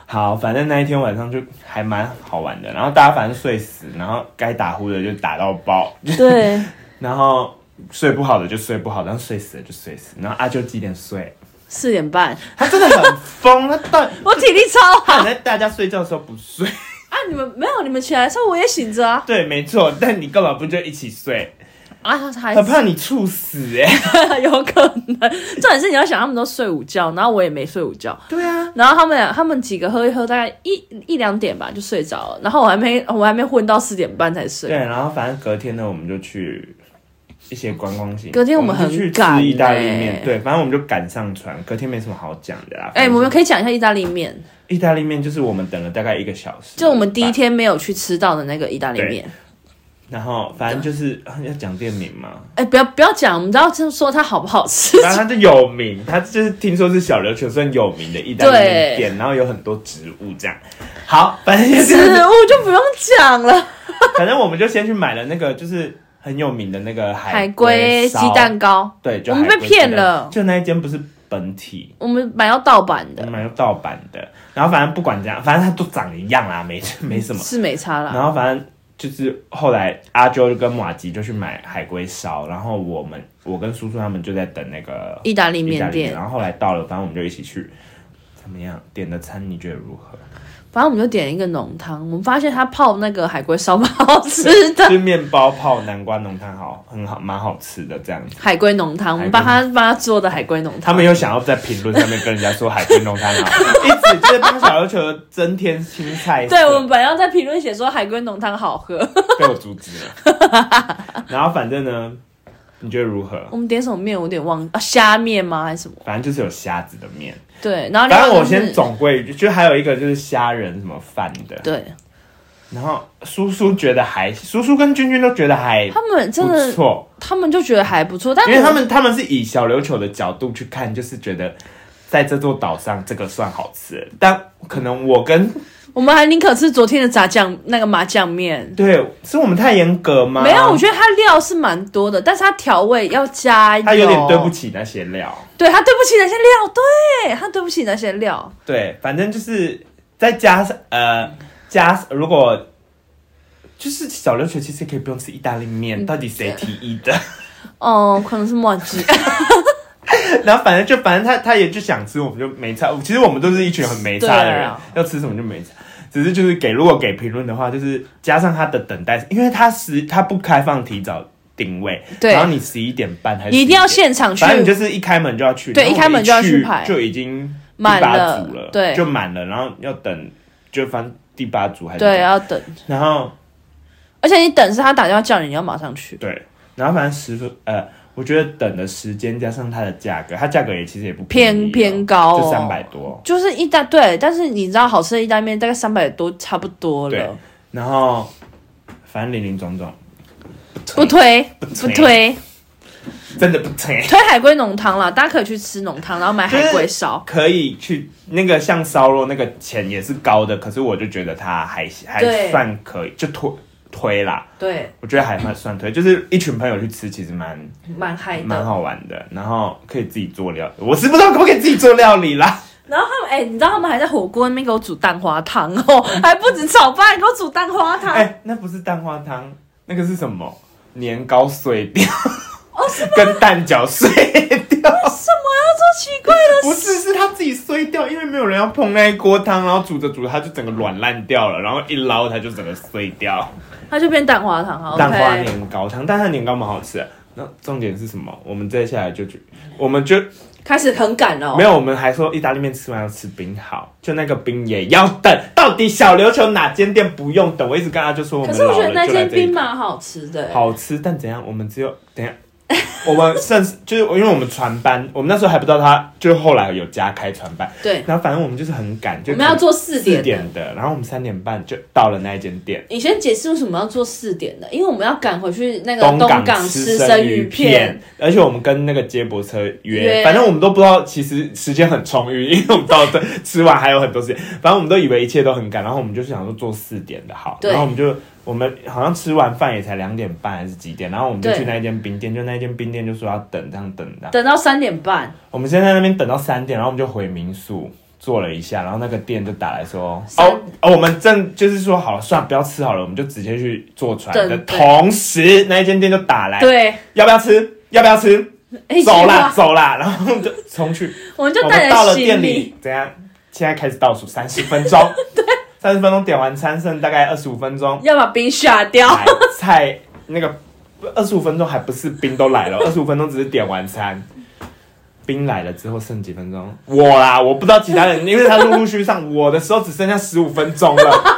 Speaker 1: 好，反正那一天晚上就还蛮好玩的，然后大家反正睡死，然后该打呼的就打到爆，
Speaker 2: 对，
Speaker 1: 然后睡不好的就睡不好，然后睡死了就睡死。然后阿啾几点睡？
Speaker 2: 四点半，
Speaker 1: 他真的很疯，他到
Speaker 2: 我体力超好
Speaker 1: 他在大家睡觉的时候不睡。
Speaker 2: 啊！你们没有，你们起来的时候我也醒着啊
Speaker 1: 对，没错，但你干嘛不就一起睡？
Speaker 2: 啊，还
Speaker 1: 很怕你猝死哎、
Speaker 2: 有可能。重点是你要想，他们都睡午觉，然后我也没睡午觉。
Speaker 1: 对啊，
Speaker 2: 然后他们俩，他们几个喝一喝，大概一一两点吧就睡着了。然后我还没，我还没混到四点半才
Speaker 1: 对，
Speaker 2: 睡。
Speaker 1: 然后反正隔天呢，我们就去一些观光景点。
Speaker 2: 隔天我们
Speaker 1: 就去
Speaker 2: 很赶
Speaker 1: 吃意大利
Speaker 2: 欸
Speaker 1: 面，对，反正我们就赶上船。隔天没什么好讲的啦。
Speaker 2: 哎、
Speaker 1: 反正
Speaker 2: 我们可以讲一下意大利面，
Speaker 1: 意大利面就是我们等了大概一个小时，
Speaker 2: 就我们第一，天没有去吃到的那个意大利面。
Speaker 1: 然后反正就是啊要讲店名嘛，
Speaker 2: 哎、不要不要讲，我们只要就说它好不好吃。
Speaker 1: 然后它就有名，它就是听说是小琉球算有名的意大利面店，然后有很多植物这样。好，反正就
Speaker 2: 食
Speaker 1: 是，
Speaker 2: 物就不用讲了，
Speaker 1: 反正我们就先去买了那个就是很有名的那个
Speaker 2: 海
Speaker 1: 龟
Speaker 2: 龟鸡
Speaker 1: 烧，
Speaker 2: 蛋糕，
Speaker 1: 对，就
Speaker 2: 我们
Speaker 1: 海
Speaker 2: 被
Speaker 1: 龟
Speaker 2: 骗
Speaker 1: 鸡蛋
Speaker 2: 了
Speaker 1: 就那一间不是本体。
Speaker 2: 我们买到盗版
Speaker 1: 我
Speaker 2: 的，
Speaker 1: 买到嗯盗版的，然后反正不管怎样，反正它都长一样啦，没 没什么。
Speaker 2: 是没差啦。
Speaker 1: 然后反正就是后来阿啾就跟马吉就去买海龟烧，然后我们我跟叔叔他们就在等那个
Speaker 2: 意大利
Speaker 1: 意大
Speaker 2: 面
Speaker 1: 利
Speaker 2: 店，
Speaker 1: 然后后来到了，反正我们就一起去。怎么样？点的餐你觉得如 何？
Speaker 2: 反正我们就点一个浓汤，我们发现它泡那个海龟烧蛮好吃的
Speaker 1: 就，是面包泡南瓜浓汤好，很好，蛮好吃的这样子。
Speaker 2: 海龟浓汤，我们帮他帮他做的海龟浓汤。
Speaker 1: 他们又想要在评论上面跟人家说海龟浓汤好， 一直就是帮小琉球增添新菜色。
Speaker 2: 对，我们本来要在评论写说海龟浓汤好喝，
Speaker 1: 被我阻止了。然后反正呢，你觉得如何？
Speaker 2: 我们点什么面我有点忘啊，虾面吗还是什么？
Speaker 1: 反正就是有虾子的面，
Speaker 2: 对，然后另
Speaker 1: 反
Speaker 2: 外
Speaker 1: 正我
Speaker 2: 就是
Speaker 1: 先总归，就还有一个就是虾仁什么饭的。
Speaker 2: 对
Speaker 1: 然后叔叔觉得还，叔叔跟君君都觉得还
Speaker 2: 他们真
Speaker 1: 不
Speaker 2: 的，
Speaker 1: 错，
Speaker 2: 他们就觉得还不错，但
Speaker 1: 因为他们他们是以小琉球的角度去看，就是觉得。在这座岛上，这个算好吃的，但可能我跟
Speaker 2: 我们还宁可吃昨天的炸酱那个麻酱面。
Speaker 1: 对是我们太严格吗？
Speaker 2: 没有，我觉得它料是蛮多的，但是它调味要加油。
Speaker 1: 他有点对不，起那些料。
Speaker 2: 对它对不起那些料，对它对不起那些料。
Speaker 1: 对，反正就是再加上呃加上，如果就是小琉球其实可以不用吃意大利面，到底谁提议的？
Speaker 2: 哦，可能是墨汁。
Speaker 1: 然后反正就反正他他也就想吃，我们就没差。其实我们都是一群很没差的
Speaker 2: 对
Speaker 1: 人，
Speaker 2: 啊
Speaker 1: 要吃什么就没差。只是就是给如果给评论的话，就是加上他的等待，因为他十他不开放提早定位，
Speaker 2: 对
Speaker 1: 然后你十一点半还是
Speaker 2: 你一定要
Speaker 1: 11点
Speaker 2: 现场去
Speaker 1: 反正你就是一开门就要去，
Speaker 2: 对
Speaker 1: 然后
Speaker 2: 一开门就要去
Speaker 1: 我们一
Speaker 2: 排
Speaker 1: 就已经第
Speaker 2: 满
Speaker 1: 八
Speaker 2: 了
Speaker 1: 组了，
Speaker 2: 对
Speaker 1: 就满了，然后要等，就反正第八组还是
Speaker 2: 对，啊要等，
Speaker 1: 然后
Speaker 2: 而且你等是他打电话叫你，你要马上去。
Speaker 1: 对，然后反正十分呃，我觉得等的时间加上它的价格，它价格也其实也不便宜
Speaker 2: 偏
Speaker 1: 哦
Speaker 2: 偏高哦
Speaker 1: 就三百多，
Speaker 2: 就是意大对，但是你知道好吃的意大利面大概三百多差不多
Speaker 1: 对
Speaker 2: 了，，
Speaker 1: 然后反正零零总总，
Speaker 2: 不推
Speaker 1: 不
Speaker 2: 不
Speaker 1: 推
Speaker 2: 推
Speaker 1: 真的不推，
Speaker 2: 推海龟浓汤啦，大家可以去吃浓汤，然后买海龟 烧。
Speaker 1: 可以去那个像烧肉那个钱也是高的，可是我就觉得它还还
Speaker 2: 对
Speaker 1: 算可以，就推推啦。
Speaker 2: 对，
Speaker 1: 我觉得还蛮算推，就是一群朋友去吃，其实蛮
Speaker 2: 蛮嗨
Speaker 1: 蛮。好玩的。然后可以自己做料，我是不知道可不可以自己做料理 啦。
Speaker 2: 然后他们哎、你知道他们还在火锅那边给我煮蛋花汤哦，还不止炒饭，给我煮蛋花汤。
Speaker 1: 哎、那不是蛋花汤，那个是什么？年糕碎掉，
Speaker 2: 哦，是吗？
Speaker 1: 跟蛋饺碎掉。
Speaker 2: 为什么要做奇怪的
Speaker 1: 不是，是他自己碎掉，因为没有人要碰那一锅汤，然后煮着煮着，它就整个软烂掉了，然后一捞它就整个碎掉。
Speaker 2: 它就变蛋花糖好
Speaker 1: 蛋花
Speaker 2: OK，
Speaker 1: 年糕汤，蛋花年糕蛮好吃的。那重点是什么？我们接下来就去，我们就
Speaker 2: 开始很赶了、哦
Speaker 1: 没。有，我们还说意大利面吃完要吃冰好，就那个冰也要等。到底小琉球哪间店不用等？我一直跟他就说我
Speaker 2: 可
Speaker 1: 们
Speaker 2: 是我觉得
Speaker 1: 老了
Speaker 2: 那
Speaker 1: 就来
Speaker 2: 间
Speaker 1: 这一
Speaker 2: 冰
Speaker 1: 块
Speaker 2: 蛮好吃的、
Speaker 1: 好吃，但怎样？我们只有等一下，我们甚至就是因为我们船班，我们那时候还不知道他，就是后来有加开船班，
Speaker 2: 对，
Speaker 1: 然后反正我们就是很赶，就
Speaker 2: 我们要做四
Speaker 1: 四
Speaker 2: 点的。
Speaker 1: 点的，然后我们三点半就到了那一间店。
Speaker 2: 你先解释为什么要做四点的，因为我们要赶回去那个
Speaker 1: 港
Speaker 2: 港
Speaker 1: 吃
Speaker 2: 生
Speaker 1: 鱼
Speaker 2: 片。，
Speaker 1: 而且我们跟那个接驳车约，
Speaker 2: 约
Speaker 1: 反正我们都不知道，其实时间很充裕， 因为我们到这吃完还有很多时间，反正我们都以为一切都很赶，然后我们就是想说做四点的好，
Speaker 2: 对
Speaker 1: 然后我们就我们好像吃完饭也才两点半还是几点，然后我们就
Speaker 2: 对
Speaker 1: 去那一间冰店，就那一间冰店就说要等这样等的，
Speaker 2: 等到三点半，
Speaker 1: 我们先在那边等到三点，然后我们就回民宿坐了一下，然后那个店就打来说，
Speaker 2: 三
Speaker 1: 哦哦，我们正就是说好了，算了，不要吃好了，我们就直接去坐船
Speaker 2: 等
Speaker 1: 的
Speaker 2: 对
Speaker 1: 同时，那一间店就打来，
Speaker 2: 对，
Speaker 1: 要不要吃？要不要吃？
Speaker 2: 哎
Speaker 1: 哎走
Speaker 2: 结
Speaker 1: 啦
Speaker 2: 果
Speaker 1: 走啦，然后就冲 去，
Speaker 2: 我们
Speaker 1: 我
Speaker 2: 就带
Speaker 1: 们到
Speaker 2: 着
Speaker 1: 了店
Speaker 2: 行李，
Speaker 1: 里，怎样？现在开始倒数三十分 钟，对，三十分钟点完餐剩大概二十五分钟，
Speaker 2: 要把冰下掉。
Speaker 1: 买菜那个二十五分钟还不是冰都来了，二十五分钟只是点完餐。冰来了之后剩几分钟？我啦，我不知道其他人，因为他陆陆续续上我的时候只剩下十五分钟 了。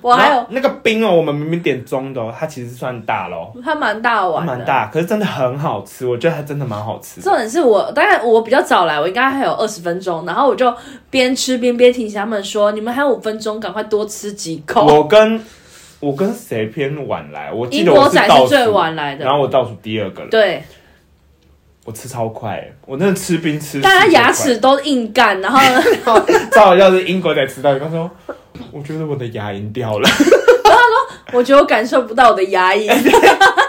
Speaker 2: 我还
Speaker 1: 然后
Speaker 2: 有
Speaker 1: 那个冰哦，我们明明点中的哦，它其实算大咯，
Speaker 2: 它蛮大碗的，
Speaker 1: 蛮。大，可是真的很好吃，我觉得它真的蛮好吃的。
Speaker 2: 重点是我，大概我比较早来，我应该还有二十分钟，然后我就边吃边边提醒他们说，你们还有五分钟，赶快多吃几 口。
Speaker 1: 我跟我跟谁偏晚来？我记
Speaker 2: 英
Speaker 1: 得我
Speaker 2: 国
Speaker 1: 是
Speaker 2: 仔
Speaker 1: 倒
Speaker 2: 是
Speaker 1: 数，
Speaker 2: 最晚来的
Speaker 1: 然，后我倒数第二个了。
Speaker 2: 对，
Speaker 1: 我吃超快欸，我真的吃冰吃。
Speaker 2: 大
Speaker 1: 吃
Speaker 2: 家
Speaker 1: 最
Speaker 2: 牙
Speaker 1: 快
Speaker 2: 齿都硬干，然后呢
Speaker 1: 照要是英国仔吃到一半说，我觉得我的牙龈掉了，
Speaker 2: 我觉得我感受不到我的牙龈。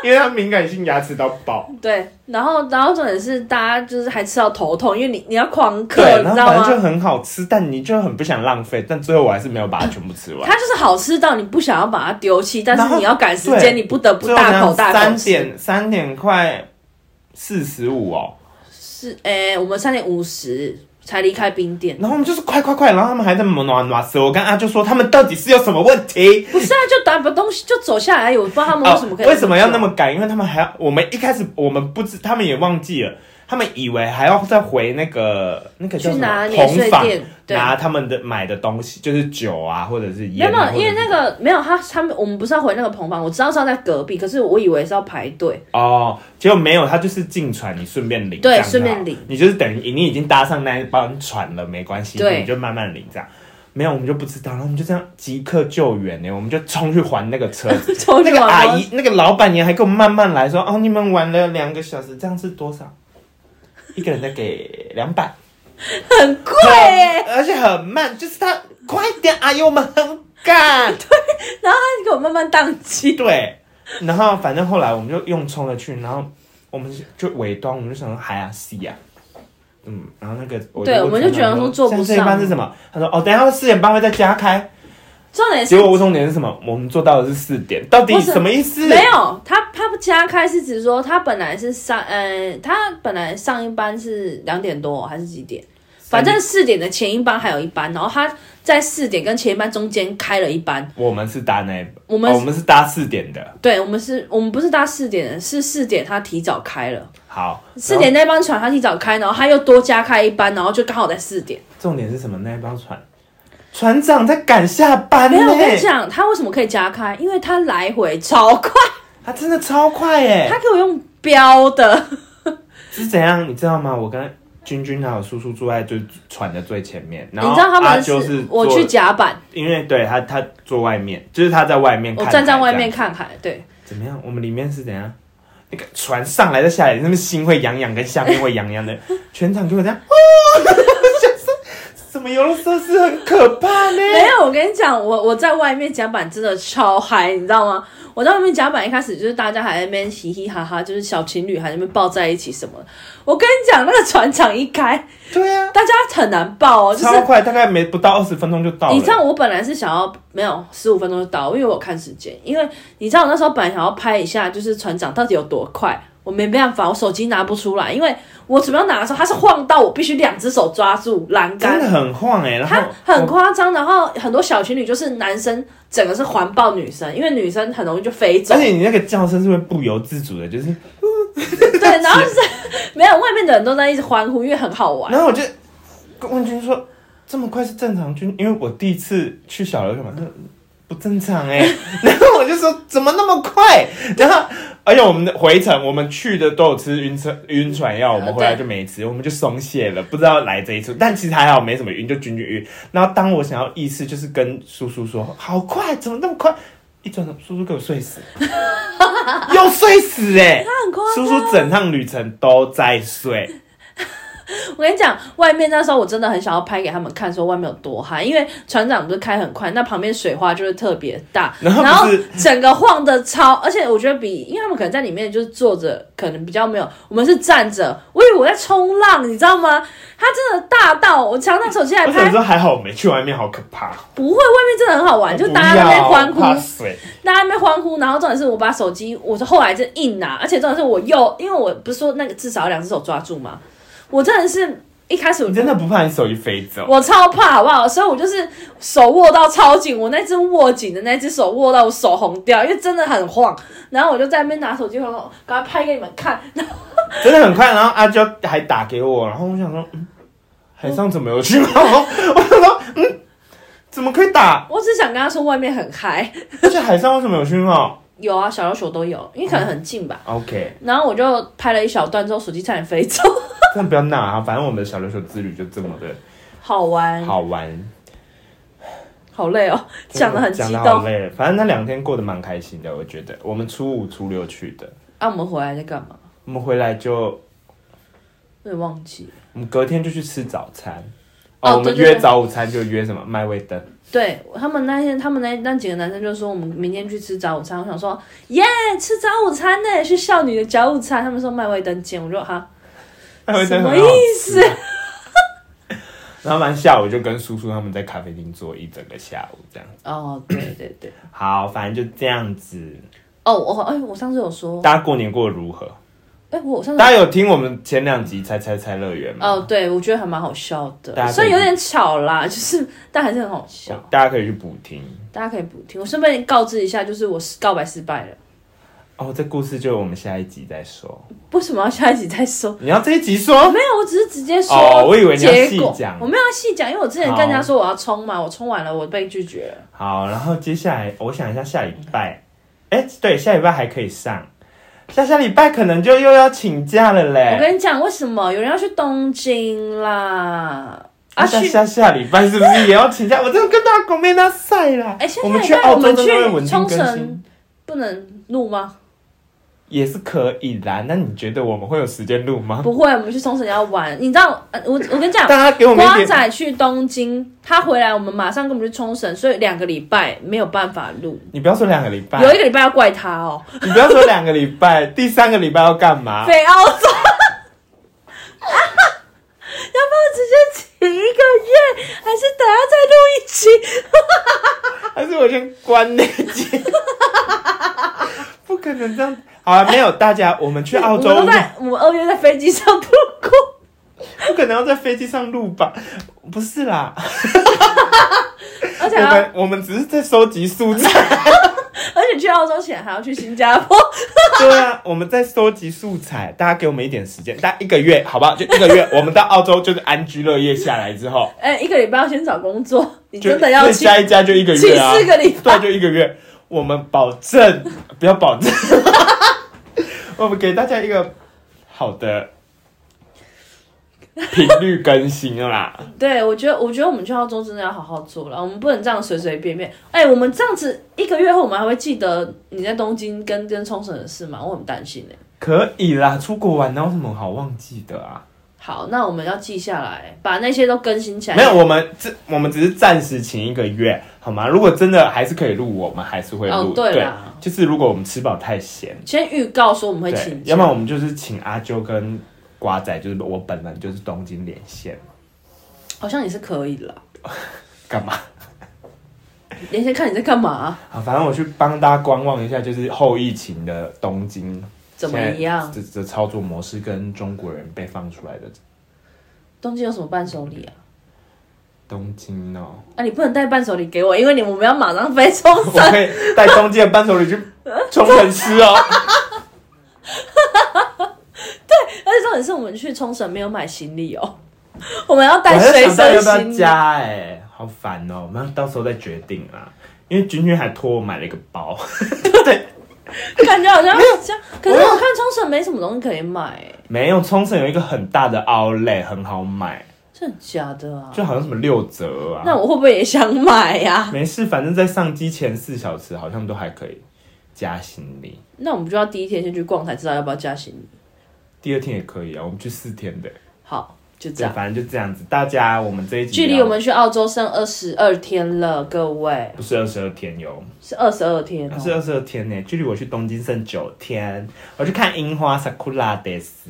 Speaker 1: 因为他敏感性牙齿到爆。
Speaker 2: 对，然后然后重点是大家就是还吃到头痛，因为你你要狂嗑，
Speaker 1: 对，然后
Speaker 2: 你知道
Speaker 1: 反正就
Speaker 2: 吗？
Speaker 1: 很好吃，但你就很不想浪费，但最后我还是没有把它全部吃完。
Speaker 2: 它就是好吃到你不想要把它丢弃，但
Speaker 1: 然
Speaker 2: 是
Speaker 1: 后
Speaker 2: 你要赶时
Speaker 1: 对
Speaker 2: 间，你不得不
Speaker 1: 最后
Speaker 2: 大口大口
Speaker 1: 三
Speaker 2: 吃。
Speaker 1: 点三点快四十五哦，
Speaker 2: 是，诶、哎我们三点五十才离开冰店。
Speaker 1: 然后我们就是快快快，然后他们还在暖暖舌，我跟阿就说他们到底是有什么问题？
Speaker 2: 不是啊，就打把东西就走下来，我不知道他们为什么可以、
Speaker 1: 哦为什么要那么？赶？因为他们还要，我们一开始我们不知，他们也忘记了，他们以为还要再回那个那个叫
Speaker 2: 去
Speaker 1: 什
Speaker 2: 拿
Speaker 1: 么
Speaker 2: 免
Speaker 1: 同
Speaker 2: 税
Speaker 1: 房
Speaker 2: 店，对，
Speaker 1: 拿他们的买的东西，就是酒啊，或者是
Speaker 2: 没有
Speaker 1: 烟、
Speaker 2: 没
Speaker 1: 啊。
Speaker 2: 有，因为那
Speaker 1: 或者
Speaker 2: 个没有他他们我们不是要回那个棚房，我知道是要在隔壁，可是我以为是要排 队，
Speaker 1: 是哦，结果没有，他就是进船，你顺便领，
Speaker 2: 对
Speaker 1: 这样就好
Speaker 2: 顺便领，
Speaker 1: 你就是等于你已经搭上那一班船了，没关系，
Speaker 2: 对
Speaker 1: 你就慢慢领这样。没有，我们就不知道，然后我们就这样即刻救援欸呢，我们就冲去还那个车 子。
Speaker 2: 从
Speaker 1: 那个阿姨，那个老板娘还跟我慢慢来说，哦，你们玩了两个小时，这样是多少？一个人再给两 百，
Speaker 2: 很贵耶、
Speaker 1: 而且很慢，就是他快点，阿姨，我们很赶。
Speaker 2: 你给我慢慢宕机。
Speaker 1: 对，然后反正后来我们就用冲了去，然后我们就尾端我们就想说海啊西啊，嗯，然后那个
Speaker 2: 对我们就觉得说坐不
Speaker 1: 像这一班
Speaker 2: 上
Speaker 1: 是什么？他说哦，等一下四点半会再加开。
Speaker 2: 重点是
Speaker 1: 结果重点是什么？我们做到的是四点，到底
Speaker 2: 不是
Speaker 1: 什么意思？
Speaker 2: 没有，他他加开是指说他本来是上，呃，他本来上一班是两点多还是几点？
Speaker 1: 三
Speaker 2: 反
Speaker 1: 点
Speaker 2: 正四点的前一班还有一班，然后他在四点跟前一班中间开了一班。
Speaker 1: 我们是搭那一
Speaker 2: 我们
Speaker 1: 哦我们是搭四点的，
Speaker 2: 对我们是，我们不是搭四点的，是四点他提早开了，
Speaker 1: 好，
Speaker 2: 四点。那班船他提早开，然后他又多加开一班，然后就刚好在四点。
Speaker 1: 重点是什么？那一班船船长在赶下班
Speaker 2: 没
Speaker 1: 呢
Speaker 2: 有，我跟你，讲，他为什么可以加开？因为他来回超快，
Speaker 1: 他真的超快耶
Speaker 2: 他！给我用标的。
Speaker 1: 是怎样？你知道吗？我跟君君还有叔叔坐在最船的最前面，然
Speaker 2: 你
Speaker 1: 后
Speaker 2: 知道他
Speaker 1: 阿
Speaker 2: 们
Speaker 1: 啾是
Speaker 2: 我
Speaker 1: 坐
Speaker 2: 去甲板，
Speaker 1: 因为对他他坐外面，就是他在外面
Speaker 2: 我
Speaker 1: 看海这样，
Speaker 2: 站在外面看海，对。
Speaker 1: 怎么样？我们里面是怎样？那个船上来再下来，那么心会痒痒，跟下面会痒痒的， 全场给我这样，哦，就是 什么游乐设施很可怕呢？
Speaker 2: 没有，我跟你讲，我我在外面甲板真的超嗨，你知道吗？我在外面甲板一开始就是大家还在那边嘻嘻哈哈，就是小情侣还在那边抱在一起什么的。我跟你讲，那个船长一开，
Speaker 1: 对啊，
Speaker 2: 大家很难抱哦，就是
Speaker 1: 超快，大概没不到二十分钟就到了。
Speaker 2: 你知道我本来是想要没有十五分钟就到，因为我有看时间，因为你知道我那时候本来想要拍一下，就是船长到底有多快。我我没办法，我手机拿不出来，因为我准备要拿的时候，它是晃到我必须两只手抓住栏
Speaker 1: 真
Speaker 2: 杆
Speaker 1: 的，很晃哎、然
Speaker 2: 它
Speaker 1: 后
Speaker 2: 很夸张。然后很多小情侣就是男生整个是环抱女生，因为女生很容易就飞走
Speaker 1: 而。且你那个叫声是会不由自主的，就是，
Speaker 2: 对，然后就是没有外面的人都在一直欢呼，因为很好玩。
Speaker 1: 然后我就跟问君说，这么快是正常君，因为我第一次去小琉球嘛，那不正常哎、然后我就说怎么那么快？然后而且我们的回程，我们去的都有吃晕车晕船药，我们回来就没吃，我们就松懈了，不知道来这一出，但其实还好没什么晕，就均均晕。然后当我想要意识，就是跟叔叔说，好快，怎么那么快？一转头，叔叔给我睡死，又睡死哎、
Speaker 2: 他很夸
Speaker 1: 叔
Speaker 2: 张
Speaker 1: 叔整趟旅程都在睡，
Speaker 2: 我跟你讲，外面那时候我真的很想要拍给他们看，说外面有多嗨，因为船长不是开很快，那旁边水花就是特别大，
Speaker 1: 然后不是
Speaker 2: 整个晃的超，而且我觉得比，因为他们可能在里面就是坐着，可能比较没有，我们是站着，我以为我在冲浪，你知道吗？它真的大到我常常手机来
Speaker 1: 我
Speaker 2: 拍
Speaker 1: 想，说还好我没去外面，好可怕。
Speaker 2: 不会，外面真的很好玩，啊就大家在那边欢呼
Speaker 1: 不，要怕水，
Speaker 2: 大家在那边欢呼，然后重点是我把手机，我是后来就硬拿，而且重点是我右，因为我不是说那个至少要两只手抓住嘛，我真的是一开始我
Speaker 1: 你真的不怕你手机飞走？
Speaker 2: 我超怕，好不好？所以我就是手握到超紧，我那只握紧的那只手握到我手红掉，因为真的很晃。然后我就在那边拿手机，然后赶快拍给你们看。然后
Speaker 1: 真的很快，然后阿娇还打给我，然后我想说，嗯，海上怎么有去吗？ 我想说，嗯，怎么可以打？
Speaker 2: 我只想跟他说外面很嗨，
Speaker 1: 而且海上为什么有讯号
Speaker 2: 有啊，小老鼠都有，因为可能很近吧。
Speaker 1: ？OK，
Speaker 2: 然后我就拍了一小段之后，手机差点飞走，
Speaker 1: 真的不要闹啊！反正我们的小琉球之旅就这么的
Speaker 2: 好玩，
Speaker 1: 好玩，
Speaker 2: 好累哦，讲的很激
Speaker 1: 讲得好
Speaker 2: 动。
Speaker 1: 累。反正那两天过得蛮开心的，我觉得。我们初五、初六去的，
Speaker 2: 啊，我们回来在干嘛？
Speaker 1: 我们回来就
Speaker 2: 我也忘记了。
Speaker 1: 我们隔天就去吃早餐。
Speaker 2: 哦
Speaker 1: 哦，我
Speaker 2: 对
Speaker 1: 们
Speaker 2: 对对
Speaker 1: 约早午餐就约什么麦味登，
Speaker 2: 对他们那天，他们那那几个男生就说我们明天去吃早午餐。我想说，耶，吃早午餐呢，是少女的早午餐。他们说麦味登见，我说哈，
Speaker 1: 麦味登
Speaker 2: 什么
Speaker 1: 很好
Speaker 2: 意
Speaker 1: 吃啊
Speaker 2: 思？
Speaker 1: 然后反正下午就跟叔叔他们在咖啡厅坐一整个下午这样。
Speaker 2: 哦，对对对，
Speaker 1: 好，反正就这样子。
Speaker 2: 哦，我哎，我上次有说，
Speaker 1: 大家过年过得如何？
Speaker 2: 哎，我上次
Speaker 1: 大家有听我们前两集猜猜猜乐园吗？
Speaker 2: 哦，对，我觉得还蛮好笑
Speaker 1: 大家
Speaker 2: 的，
Speaker 1: 可以
Speaker 2: 虽然有点吵啦， 就是但还是很好笑，
Speaker 1: 大家可以去补听。
Speaker 2: 大家可以补听。我顺便告知一下，就是我告白失败了，
Speaker 1: 哦，这故事就我们下一集再说。
Speaker 2: 为什么要下一集再说？哦
Speaker 1: 你要这一集说？
Speaker 2: 没有，我只是直接说结果。
Speaker 1: 哦我以为你要细讲
Speaker 2: 我没有要细讲，因为我之前跟人家说我要冲嘛，我冲完了我被拒绝了。
Speaker 1: 好，然后接下来我想一下，下礼拜，哎、对，下礼拜还可以上，下下礼拜可能就又要请假了嘞。
Speaker 2: 我跟你讲，为什么有人要去东京啦？啊
Speaker 1: 啊，下
Speaker 2: 去！
Speaker 1: 下下礼拜是不是也要请 假？我真的跟大家讲没那赛啦。
Speaker 2: 哎，现
Speaker 1: 我
Speaker 2: 在
Speaker 1: 们去
Speaker 2: 那
Speaker 1: 澳
Speaker 2: 我
Speaker 1: 洲
Speaker 2: 们
Speaker 1: 真的会稳
Speaker 2: 去
Speaker 1: 定
Speaker 2: 冲
Speaker 1: 更新，
Speaker 2: 绳不能录吗？
Speaker 1: 也是可以啦。那你觉得我们会有时间录吗？
Speaker 2: 不会，我们去冲绳要玩。你知道，呃我我跟你讲，
Speaker 1: 大家给我们
Speaker 2: 瓜
Speaker 1: 一点，
Speaker 2: 仔去东京，他回来我们马上跟我们去冲绳，所以两个礼拜没有办法录。
Speaker 1: 你不要说两个礼拜，
Speaker 2: 有一个礼拜要怪他哦，
Speaker 1: 你不要说两个礼拜， 第三个礼拜要干 嘛？
Speaker 2: 飞澳洲。要不要直接请一个月，还是等下再录
Speaker 1: 还
Speaker 2: 一期？
Speaker 1: 是我先关那集？ 不可能这样。好 啊，没有大家，我们去澳洲，
Speaker 2: 我们都在我们二月在飞机上度过。
Speaker 1: 不可能要在飞机上录吧？不是啦，
Speaker 2: 而且
Speaker 1: 我
Speaker 2: 还要，
Speaker 1: 们我们只是在收集素材。
Speaker 2: 而且去澳洲前还要去新加坡，
Speaker 1: 对啊，我们在收集素材，大家给我们一点时间，大家一个月好不好？就一个月，我们到澳洲就是安居乐业下来之后，
Speaker 2: 哎、一个礼拜要先找工作，你
Speaker 1: 就
Speaker 2: 真的要
Speaker 1: 就
Speaker 2: 去
Speaker 1: 加一加就一个
Speaker 2: 去
Speaker 1: 月啊，
Speaker 2: 四个礼拜
Speaker 1: 对，，就一个月。我们保证，不要保证，我们给大家一个好的频率更新啦。
Speaker 2: 对，我觉得，我觉得我们去澳洲真的要好好做了，我们不能这样随随便便。哎、我们这样子一个月后，我们还会记得你在东京跟跟冲绳的事吗？我很担心哎、
Speaker 1: 可以啦，出国玩哪有什么好忘记的啊？
Speaker 2: 好，那我们要记下来，把那些都更新起来。
Speaker 1: 没有，我们这我们只是暂时请一个月，好吗？如果真的还是可以录，我们还是会录。
Speaker 2: 哦对啦
Speaker 1: 就是如果我们吃饱太闲，
Speaker 2: 先预告说我们会
Speaker 1: 对
Speaker 2: 请，假，
Speaker 1: 要不然我们就是请阿啾跟瓜仔，就是我本人就是东京连线，
Speaker 2: 好像也是可以啦。
Speaker 1: 干嘛？
Speaker 2: 连先看你在干嘛、啊
Speaker 1: 好，反正我去帮大家观望一下，就是后疫情的东京
Speaker 2: 怎么一样？
Speaker 1: 这这操作模式跟中国人被放出来的
Speaker 2: 东京有什么伴手礼啊？
Speaker 1: 东京哦，
Speaker 2: 啊，你不能带伴手礼给我，因为你我们要马上飞冲
Speaker 1: 我
Speaker 2: 绳。
Speaker 1: 可以带东京的伴手礼去冲绳吃 哦。
Speaker 2: 而且重点是我们去冲绳没有买行李哦， 我们要
Speaker 1: 我
Speaker 2: 带
Speaker 1: 还在
Speaker 2: 随
Speaker 1: 想到
Speaker 2: 身
Speaker 1: 要不要
Speaker 2: 行李。
Speaker 1: 加哎、好烦哦、我们到时候再决定啦。因为君君还托我买了一个包，
Speaker 2: 感觉好像这样，可是我看冲绳没什么东西可以买、欸，
Speaker 1: 没有冲绳有一个很大的 Outlet 很好买，
Speaker 2: 这很假的啊。
Speaker 1: 就好像什么六折啊。
Speaker 2: 那我会啊不会也想买呀、
Speaker 1: 没事，反正在上机前四小时好像都还可以加行李，
Speaker 2: 那我们就要第一天先去逛才知道要不要加行李。
Speaker 1: 第二天也可以啊。我们去四天的，
Speaker 2: 好，就这
Speaker 1: 对，
Speaker 2: 样。
Speaker 1: 反正就这样子。大家，我们这一集
Speaker 2: 啊距离
Speaker 1: 聊
Speaker 2: 我们去澳洲剩二十二天了，各位
Speaker 1: 不是二十二天哟，
Speaker 2: 是二十二天、
Speaker 1: 是
Speaker 2: 哦。
Speaker 1: 二十二天呢。距离我去东京剩九天，我去看樱花 sakura d e s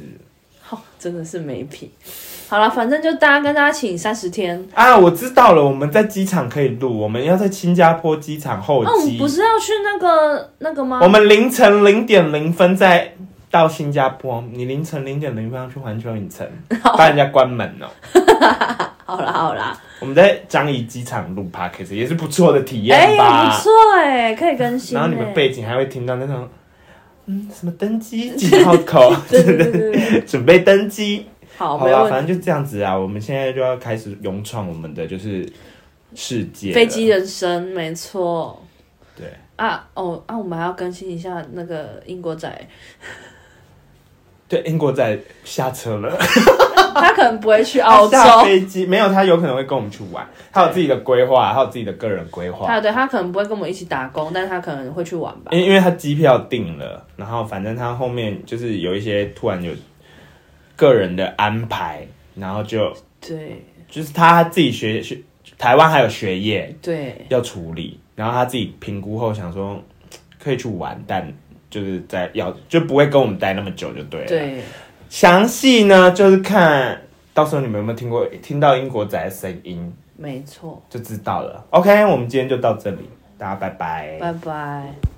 Speaker 2: 好，真的是没品。好了，反正就大家跟大家请三十天。
Speaker 1: 啊，我知道了，我们在机场可以录，我们要在新加坡机场候
Speaker 2: 那、我们
Speaker 1: 机，
Speaker 2: 哦不是要去那个那个吗
Speaker 1: 我？们凌晨零点零分再到新加坡，你凌晨零点零分要去环球 影城，把人家关门哦、
Speaker 2: 好啦好啦，
Speaker 1: 我们在樟宜机场录 podcast 也是不错的体
Speaker 2: 哎、
Speaker 1: 验吧。
Speaker 2: 不错哎、可以更新、欸。
Speaker 1: 然后你们背景还会听到那种，嗯，什么登机几号 口，
Speaker 2: 对对对对 对，
Speaker 1: 准备登机。
Speaker 2: 好，
Speaker 1: 好
Speaker 2: 没
Speaker 1: 啦，
Speaker 2: 问题。
Speaker 1: 反正就这样子啊，我们现在就要开始勇闯我们的就是世界了
Speaker 2: 飞机人生，没错。
Speaker 1: 对。
Speaker 2: 啊哦啊，我们还要更新一下那个英国仔，
Speaker 1: 对，英国仔下车了，
Speaker 2: 他可能不会去 澳
Speaker 1: 下
Speaker 2: 洲，
Speaker 1: 飞机没有他有可能会跟我们去玩，他有自己的规划，他有自己的个人规划。
Speaker 2: 他对他可能不会跟我们一起打工，但是他可能会去玩吧。
Speaker 1: 因因为他机票定了，然后反正他后面就是有一些突然有个人的安排，然后就
Speaker 2: 对
Speaker 1: 就是他自己学学台湾还有学业
Speaker 2: 对，
Speaker 1: 要处理，然后他自己评估后想说可以去玩，但就是在要就不会跟我们待那么久就对了。啊
Speaker 2: 对，
Speaker 1: 详细呢就是看到时候你们有没有听过听到英国仔的声音
Speaker 2: 没错。
Speaker 1: 就知道了。OK，我们今天就到这里，大家拜拜
Speaker 2: 拜拜。